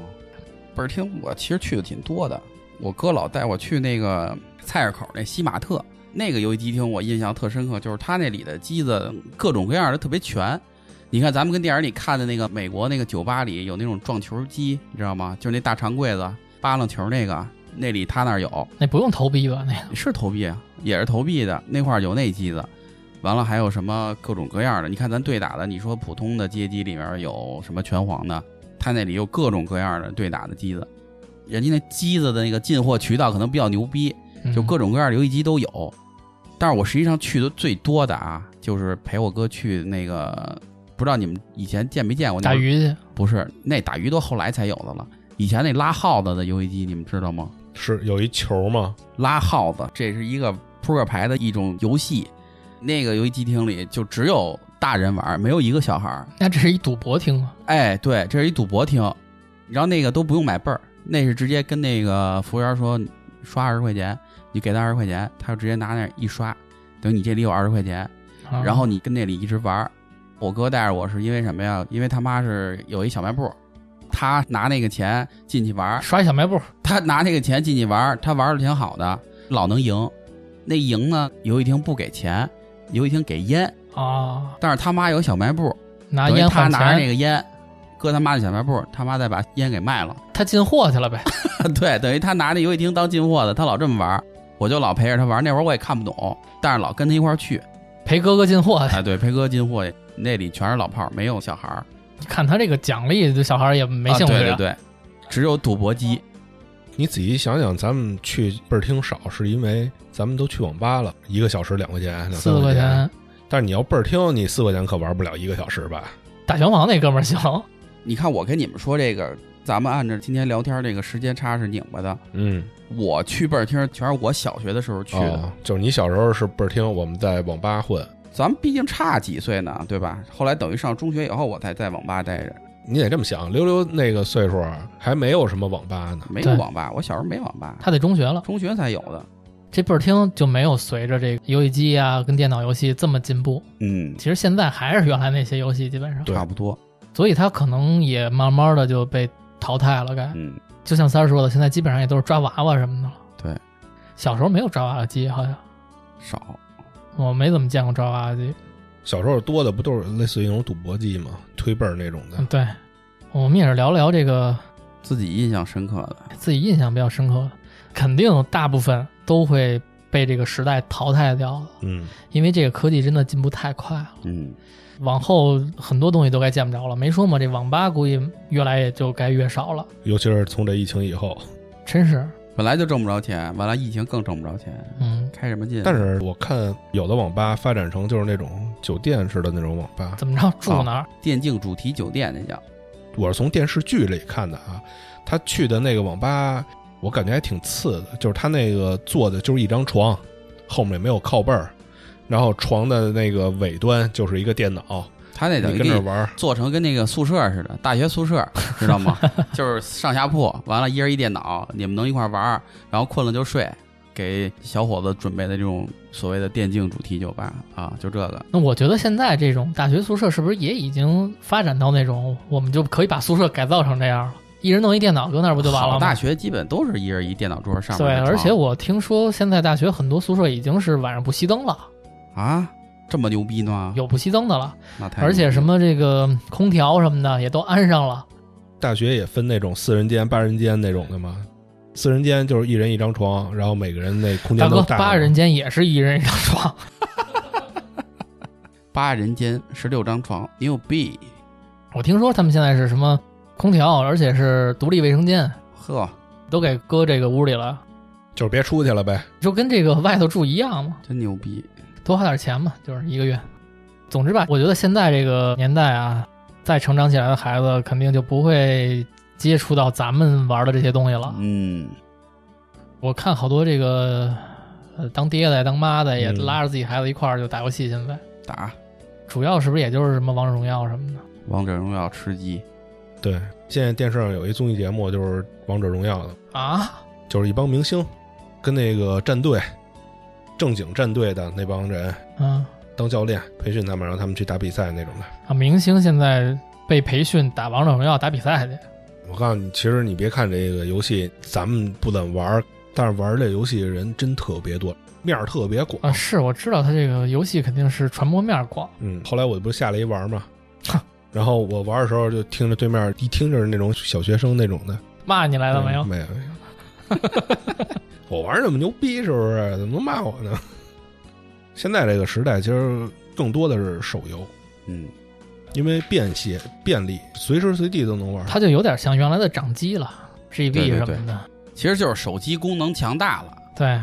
S2: 本儿厅我其实去的挺多的，我哥老带我去那个菜市口那西马特那个游戏机厅，我印象特深刻，就是它那里的机子各种各样的特别全。你看咱们跟电影里看的那个美国那个酒吧里有那种撞球机，你知道吗？就是那大长柜子扒楞球那个，那里他那儿有，
S1: 那不用投币吧？那个
S2: 是投币啊，也是投币的，那块儿有那机子。完了还有什么各种各样的？你看咱对打的，你说普通的街机里面有什么拳皇的，他那里有各种各样的对打的机子。人家那机子的那个进货渠道可能比较牛逼，
S1: 嗯
S2: 就各种各样的游戏机都有。但是我实际上去的最多的啊，就是陪我哥去那个，不知道你们以前见没见过那
S1: 打
S2: 会儿？
S1: 鱼去，
S2: 不是，那打鱼都后来才有的了。以前那拉耗子的游戏机，你们知道吗？
S3: 是有一球嘛，
S2: 拉耗子，这是一个扑克牌的一种游戏。那个游戏机厅里就只有大人玩，没有一个小孩儿。
S1: 那这是一赌博厅啊，
S2: 哎，对，这是一赌博厅，然后那个都不用买倍儿，那是直接跟那个服务员说你刷二十块钱，你给他二十块钱，他就直接拿那儿一刷，等于你这里有二十块钱，
S1: 啊
S2: 然后你跟那里一直玩儿。我哥带着我是因为什么呀？因为他妈是有一小卖部，他拿那个钱进去玩儿，
S1: 刷一小卖部，
S2: 他拿这个钱进去玩儿，他玩的挺好的，老能赢。那赢呢，游戏厅不给钱，游戏厅给烟，
S1: 啊，
S2: 但是他妈有小卖部，
S1: 拿
S2: 等于
S1: 烟
S2: 他
S1: 换
S2: 拿着那
S1: 钱，
S2: 个烟，搁他妈的小卖部，他妈再把烟给卖了。
S1: 他进货去了呗。
S2: 对，等于他拿那游戏厅当进货的，他老这么玩儿，我就老陪着他玩儿。那会儿我也看不懂，但是老跟他一块儿去。
S1: 陪哥哥进货去，
S2: 哎，对，陪哥进货去，那里全是老炮儿，没有小孩儿，
S1: 你看他这个奖励，对小孩也没兴趣
S2: 啊。对
S1: 了
S2: 对对，只有赌博机。
S3: 你仔细想想，咱们去倍儿厅少，是因为咱们都去网吧了，一个小时两块钱，两
S1: 四
S3: 三
S1: 十块
S3: 钱。
S1: 钱
S3: 但是你要倍儿厅，你四块钱可玩不了一个小时吧？
S1: 大拳王那哥们儿行，
S2: 你看我跟你们说这个，咱们按照今天聊天这个时间差是拧巴的，
S3: 嗯，
S2: 我去倍儿厅全是我小学的时候去的，
S3: 哦就是你小时候是倍儿厅，我们在网吧混，
S2: 咱们毕竟差几岁呢，对吧？后来等于上中学以后，我才在网吧待着，
S3: 你得这么想，溜溜那个岁数还没有什么网吧呢。
S2: 没有
S1: 对
S2: 网吧，我小时候没网吧，
S1: 他得中学了。
S2: 中学才有的。
S1: 这倍儿厅就没有随着这个游戏机啊跟电脑游戏这么进步，
S2: 嗯，
S1: 其实现在还是原来那些游戏基本上，
S3: 对
S2: 差不多。
S1: 所以他可能也慢慢的就被淘汰了。该
S2: 嗯，
S1: 就像三儿说的，现在基本上也都是抓娃娃什么的了。
S2: 对，
S1: 小时候没有抓娃娃机，好像
S2: 少。
S1: 我没怎么见过抓娃娃机。
S3: 小时候多的不都是类似于那种赌博机吗？推背儿那种的
S1: 嗯，。对，我们也是聊聊这个
S2: 自己印象深刻的，
S1: 自己印象比较深刻的，肯定大部分都会被这个时代淘汰掉的，
S3: 嗯，
S1: 因为这个科技真的进步太快了，
S2: 嗯，
S1: 往后很多东西都该见不着了。没说嘛，这网吧估计越来也就该越少了，
S3: 尤其是从这疫情以后，
S1: 真是。
S2: 本来就挣不着钱，完了疫情更挣不着钱，
S1: 嗯，
S2: 开什么劲？啊
S3: 但是我看有的网吧发展成就是那种酒店似的那种网吧。
S1: 怎么着住哪儿？
S2: 电竞主题酒店那叫，
S3: 我是从电视剧里看的啊，他去的那个网吧，我感觉还挺次的，就是他那个坐的就是一张床，后面没有靠背儿，然后床的那个尾端就是一个电脑，
S2: 他那
S3: 你
S2: 等于
S3: 跟
S2: 给
S3: 那儿
S2: 你
S3: 玩儿。
S2: 做成跟那个宿舍似的，大学 宿舍，知道吗？就是上下铺，完了一人一电脑，你们能一块玩儿，然后困了就睡。给小伙子准备的这种所谓的电竞主题酒吧啊，就这个。
S1: 那我觉得现在这种大学宿舍是不是也已经发展到那种我们就可以把宿舍改造成这样了？一人弄一电脑搁那儿不就完了
S2: 好
S1: 吗？
S2: 大学啊基本都是一人一电脑桌上面
S1: 对，
S2: 的床
S1: 而且我听说现在大学很多宿舍已经是晚上不熄灯了，
S2: 啊，这么牛逼呢？
S1: 有不熄灯的了。
S2: 那太
S1: 而且什么这个空调什么的也都安上了，
S3: 大学也分那种四人间、八人间那种的吗？四人间就是一人一张床，然后每个人那空
S1: 大
S3: 间
S1: 哥
S3: 都大。
S1: 八人，间也是一人一张床，
S2: 八人间十六张床，牛逼！
S1: 我听说他们现在是什么空调，而且是独立卫生间，
S2: 呵，
S1: 都给搁这个屋里了，
S3: 就是别出去了呗。
S1: 就跟这个外头住一样嘛，
S2: 真牛逼！
S1: 多花点钱嘛，就是一个月。总之吧，我觉得现在这个年代啊，再成长起来的孩子肯定就不会接触到咱们玩的这些东西了。
S2: 嗯，
S1: 我看好多这个呃当爹的、当妈的也
S3: 嗯
S1: 拉着自己孩子一块儿就打游戏，现在。
S2: 打
S1: 主要是不是也就是什么王者荣耀什么的？
S2: 王者荣耀吃鸡，
S3: 对，现在电视上有一综艺节目，就是《王者荣耀》的，
S1: 啊，
S3: 就是一帮明星跟那个战队正经战队的那帮人
S1: 嗯
S3: 当教练，培训他们，让他们去打比赛那种的。
S1: 啊，明星现在被培训打王者荣耀打比赛去。
S3: 我告诉你，其实你别看这个游戏，咱们不怎么玩儿，但是玩儿这游戏的人真特别多，面儿特别广。
S1: 啊，是我知道它这个游戏肯定是传播面广，
S3: 嗯，后来我不是下来一玩儿嘛
S1: 哼，
S3: 然后我玩儿的时候就听着对面一听就是那种小学生那种的，嗯
S1: 骂你来了没
S2: 嗯
S1: 有？
S3: 没有，没有。 我玩儿那么牛逼是不是？怎么能骂我呢？现在这个时代其实更多的是手游，
S2: 嗯，
S3: 因为便携便利，随时随地都能玩儿。
S1: 它就有点像原来的掌机了
S2: 对
S1: ，GB
S2: 对
S1: 什么的。
S2: 对其实就是手机功能强大了。
S1: 对，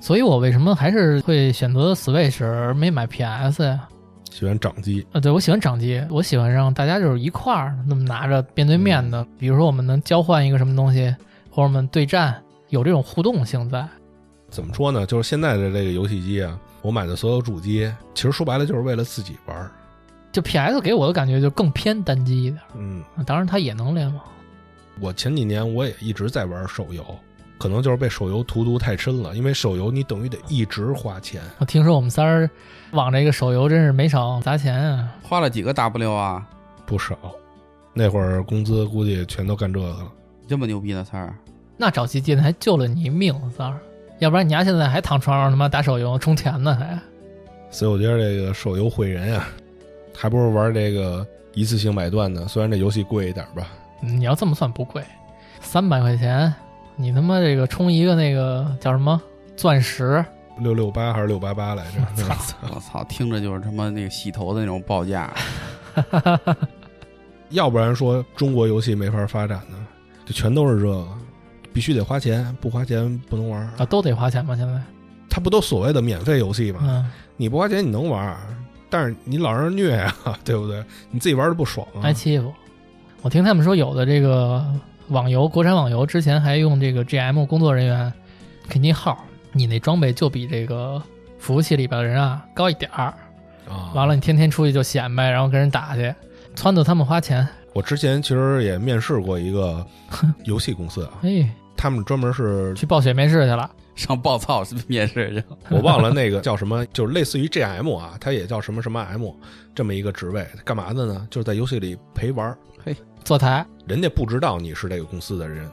S1: 所以我为什么还是会选择 Switch 而没买 PS 呀？
S3: 喜欢掌机，
S1: 啊，对我喜欢掌机，我喜欢让大家就是一块儿那么拿着面对面
S2: 嗯
S1: 的，比如说我们能交换一个什么东西，或者我们对战，有这种互动性在。
S3: 怎么说呢？就是现在的这个游戏机啊，我买的所有主机，其实说白了就是为了自己玩儿。
S1: 就 PS 给我的感觉就更偏单机一点，
S3: 嗯，
S1: 啊当然它也能联网。
S3: 我前几年我也一直在玩手游，可能就是被手游荼毒太深了，因为手游你等于得一直花钱。
S1: 我听说我们仨儿往这个手游真是没少砸钱啊。
S2: 花了几个 W 啊？
S3: 不少。那会儿工资估计全都干这个了。
S2: 这么牛逼的词儿，
S1: 那找基金还救了你一命，三儿，要不然你丫现在还躺床上他妈打手游充钱呢还。
S3: 所以我觉得这个手游毁人啊，还不如玩这个一次性买断呢。虽然这游戏贵一点吧，
S1: 你要这么算不贵，三百块钱，你他妈这个充一个那个叫什么钻石，
S3: 六六八还是六八八来着？
S2: 我操，听着就是他妈那个洗头的那种报价。
S3: 要不然说中国游戏没法发展呢，就全都是这个，必须得花钱，不花钱不能玩。
S1: 啊，都得花钱吗？现在，
S3: 它不都所谓的免费游戏吗？
S1: 嗯，
S3: 你不花钱你能玩，但是你老让人虐啊， 对不对？你自己玩的不爽啊
S2: 哎
S1: 挨。欺负。我听他们说，有的这个网游，国产网游之前还用这个 GM 工作人员给你号，你那装备就比这个服务器里边的人啊高一点儿。
S3: 啊
S1: 完了，你天天出去就显摆，然后跟人打去，撺掇他们花钱。
S3: 我之前其实也面试过一个游戏公司啊，
S1: 嘿，
S3: 他们专 门是
S1: 去暴雪面试去了。
S2: 上暴操面试去，
S3: 我忘了那个叫什么， 就是类似于 GM 啊，它也叫什么什么 M 这么一个职位，干嘛的呢？就是在游戏里陪玩儿，
S1: 坐台，
S3: 人家不知道你是这个公司的人，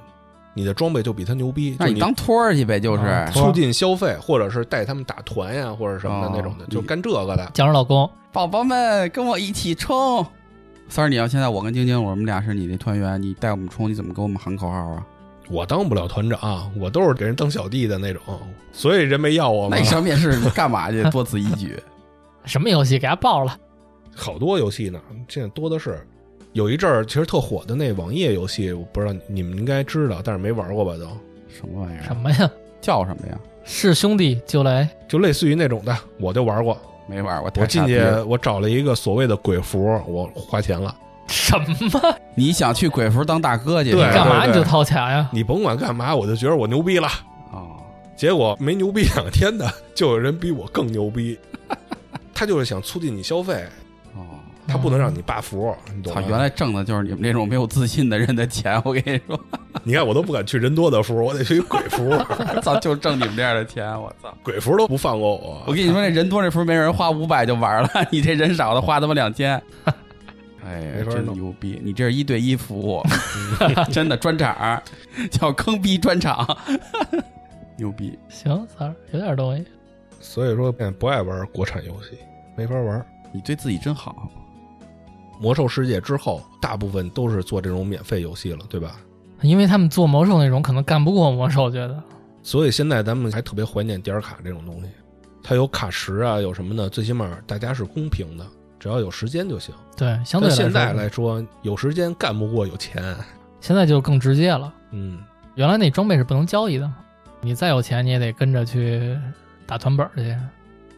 S3: 你的装备就比他牛逼，
S2: 那
S3: 就
S2: 你当托儿去呗，就是、
S1: 啊托
S3: 促进消费，或者是带他们打团呀，或者什么的那种的，
S2: 哦
S3: 就干这个的。
S1: 叫人老公，
S2: 宝宝们跟我一起冲。三儿，你要现在我跟晶晶，我们俩是你的团员，你带我们冲，你怎么给我们喊口号啊？
S3: 我当不了团长，我都是给人当小弟的那种，所以人没要我嘛
S2: 那你。上面试你干嘛 去？多此一举。
S1: 什么游戏给他爆了？
S3: 好多游戏呢，现在多的是。有一阵儿其实特火的那网页游戏，我不知道你们应该知道，但是没玩过吧都？
S2: 什么玩意
S1: 什
S2: 儿？
S1: 么呀？
S2: 叫什么呀？
S1: 是兄弟就来，
S3: 就类似于那种的，我就玩过，
S2: 没玩儿，我太
S3: 我进
S2: 傻逼
S3: 去
S2: 了，
S3: 我找了一个所谓的鬼服，我花钱了。
S1: 什么？
S2: 你想去鬼服当大哥去？
S3: 对
S2: 是吧
S1: 干嘛
S3: 对
S1: 你就掏钱呀？
S3: 你甭管干嘛，我就觉得我牛逼了。
S2: 哦，
S3: 结果没牛逼两天的，就有人比我更牛逼。他就是想促进你消费，
S2: 哦，
S3: 他不能让你罢服，你懂
S2: 嗯操！
S3: 吗？
S2: 原来挣的就是你们这种没有自信的人的钱，我跟你说。
S3: 你看我都不敢去人多的服，我得去鬼服，
S2: 操，就挣你们这样的钱，我操！
S3: 鬼服都不放过
S2: 我
S3: 我。
S2: 跟你说，那人多那时候没人花五百就玩了， 你这人少的花他妈两千。哎呀
S3: 没，法
S2: 真
S3: 弄
S2: 牛逼！你这是一对一服务， 真的专场儿，叫坑逼专场， 牛逼！
S1: 行，三儿有点东西。
S3: 所以说，现在不爱玩国产游戏，没法玩。
S2: 你对自己真好。
S3: 魔兽世界之后，大部分都是做这种免费游戏了，对吧？
S1: 因为他们做魔兽那种可能干不过魔兽，我觉得
S3: 所以现在咱们还特别怀念点儿卡这种东西，它有卡池啊，有什么呢？最起码大家是公平的，只要有时间就行。
S1: 对，相对来
S3: 但
S1: 说
S3: 现在来说，有时间干不过有钱，
S1: 现在就更直接了。
S3: 嗯，
S1: 原来那装备是不能交易的嘛，你再有钱你也得跟着去打团本儿去。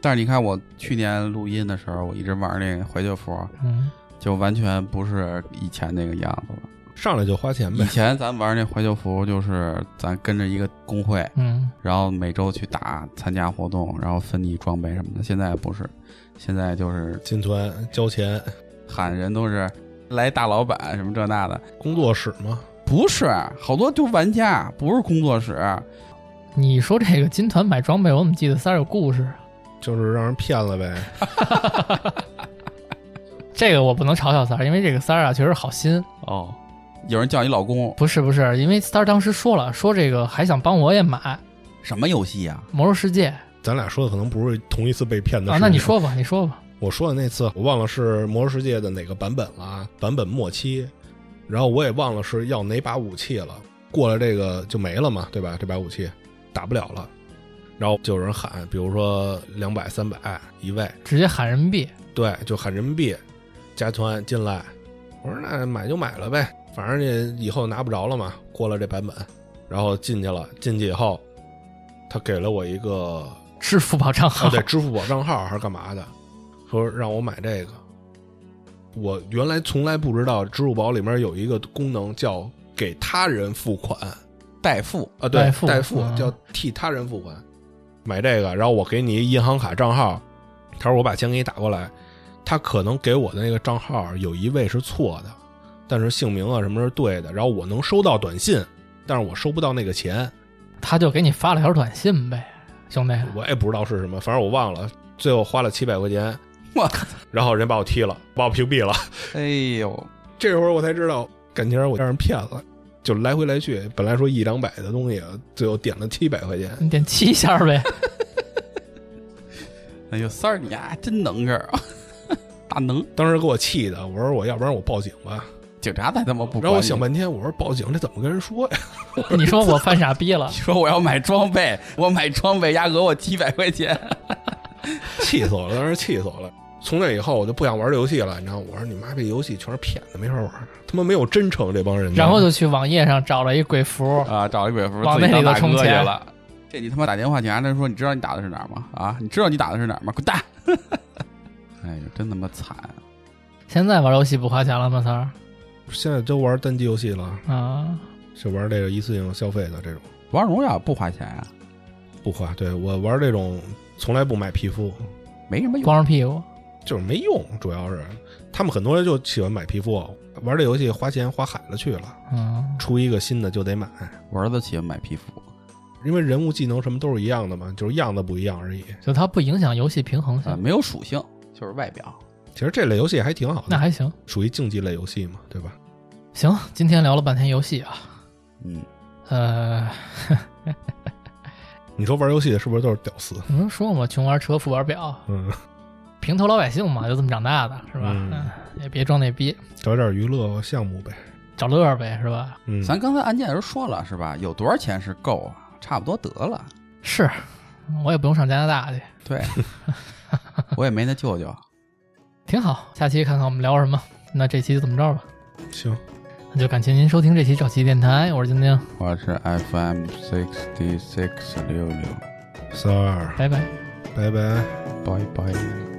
S2: 但是你看，我去年录音的时候，我一直玩那个怀旧服，
S1: 嗯，
S2: 就完全不是以前那个样子了。
S3: 上来就花钱
S2: 以
S3: 呗。
S2: 前咱玩那怀旧服，就是咱跟着一个工会，
S1: 嗯，
S2: 然后每周去打参加活动，然后分你装备什么的。现在不是，现在就是
S3: 进团交钱，
S2: 喊人都是来大老板什么这那的，
S3: 工作室嘛，
S2: 不是好多就玩家，不是工作室。
S1: 你说这个金团买装备，我怎么记得三儿有故事啊？
S3: 就是让人骗了呗。
S1: 这个我不能嘲笑三儿，因为这个三儿啊确实好心。
S2: 哦，有人叫你老公
S1: 不是不是，因为三儿当时说了，说这个还想帮我也买《
S2: 什么游戏啊呀、
S1: 魔兽世界》
S3: 咱俩说的可能不是同一次被骗的
S1: 啊
S3: 事。。
S1: 那你，说吧，你说吧。
S3: 我说的那次我忘了是《魔兽世界》的哪个版本了啊，版本末期，然后我也忘了是要哪把武器了，过了这个就没了嘛，对吧？这把武器打不了了，然后就有人喊，比如说两百、三百一位，
S1: 直接喊人民币，
S3: 对，就喊人民币，加团进来。我说那买就买了呗，反正你以后拿不着了嘛，过了这版本，然后进去了，进去以后，他给了我一个
S1: 支付宝账号。
S3: 啊，对，支付宝账号还是干嘛的，说让我买这个。我原来从来不知道支付宝里面有一个功能叫给他人付款
S2: 代付
S3: 啊，对，
S1: 代付
S3: 代付
S1: 嗯
S3: 叫替他人付款，买这个，然后我给你银行卡账号，他说我把钱给你打过来，他可能给我的那个账号有一位是错的，但是姓名啊什么是对的，然后我能收到短信，但是我收不到那个钱，
S1: 他就给你发了条短信呗，兄弟。
S3: 我也不知道是什么，反正我忘了，最后花了七百块钱，
S2: 我，
S3: 然后人把我踢了，把我屏蔽了。
S2: 哎呦，
S3: 这会儿我才知道，感情我让人骗了，就来回来去，本来说一两百的东西，最后点了七百块钱。
S1: 你点七下呗，
S2: 哎呦，三儿你呀、真能个儿 啊，大能！
S3: 当时给我气的，我说我要不然我报警吧。
S2: 警察再他妈不管你，
S3: 然后我想半天，我说报警这怎么跟人说呀？
S1: 你说我犯傻逼了
S2: 你，说我要买装备，我买装备压讹我七百块钱，
S3: 气死我了，当时气死我了。从那以后我就不想玩这游戏了，你知道吗？我说你妈这游戏全是骗子，没法玩，他妈没有真诚这帮人。
S1: 然后就去网页上找了一鬼
S3: 哦
S1: 服，
S2: 啊，找一鬼服
S1: 往
S2: 自己
S1: 那里
S2: 当
S1: 头
S2: 大
S1: 充
S2: 哥去
S1: 钱
S2: 了。这你他妈打电话警察他说，你知道你打的是哪儿吗？啊，你知道你打的是哪儿吗？滚蛋！ 哎呦，真他妈惨！
S1: 现在玩游戏不花钱了吗？三儿
S3: 现在都玩单机游戏了，
S1: 啊，
S3: 就玩这个一次性消费的这种
S2: 王者荣耀不花钱啊，
S3: 不花。对我玩这种从来不买皮肤，
S2: 没什么用。
S1: 光着屁股，
S3: 就是没用，主要是他们很多人就喜欢买皮肤，哦玩这游戏花钱花海了去了，
S1: 嗯，
S3: 出一个新的就得买，
S2: 我儿子喜欢买皮肤，
S3: 因为人物技能什么都是一样的嘛，就是样子不一样而已。
S1: 就它不影响游戏平衡
S2: 啊，
S1: 性，
S2: 没有属性，就是外表。
S3: 其实这类游戏还挺好
S1: 那
S3: 的，
S1: 还行。
S3: 属于竞技类游戏嘛，对吧？
S1: 行，今天聊了半天游戏啊，
S2: 嗯，
S1: 呃，
S3: 你说玩游戏的是不是都是屌丝？
S1: 你们说嘛，穷玩车，富玩表，
S3: 嗯，
S1: 平头老百姓嘛，就这么长大的，是吧？
S3: 嗯
S1: 嗯，也别装那逼，
S3: 找点娱乐项目呗。
S1: 找乐儿呗，是吧？
S3: 嗯，
S2: 咱刚才案件的时候说了是吧？有多少钱是够啊？差不多得了。
S1: 是，我也不用上加拿大去，
S2: 对，我也没那舅舅。
S1: 挺好。下期看看我们聊什么，那这期就这么着吧。
S3: 行，
S1: 那就感谢您收听这期赵奇电台，我是晶晶，
S2: 我是 FM sixty six 六六，
S3: 三儿，
S1: 拜拜。
S3: 拜拜。
S2: 拜拜。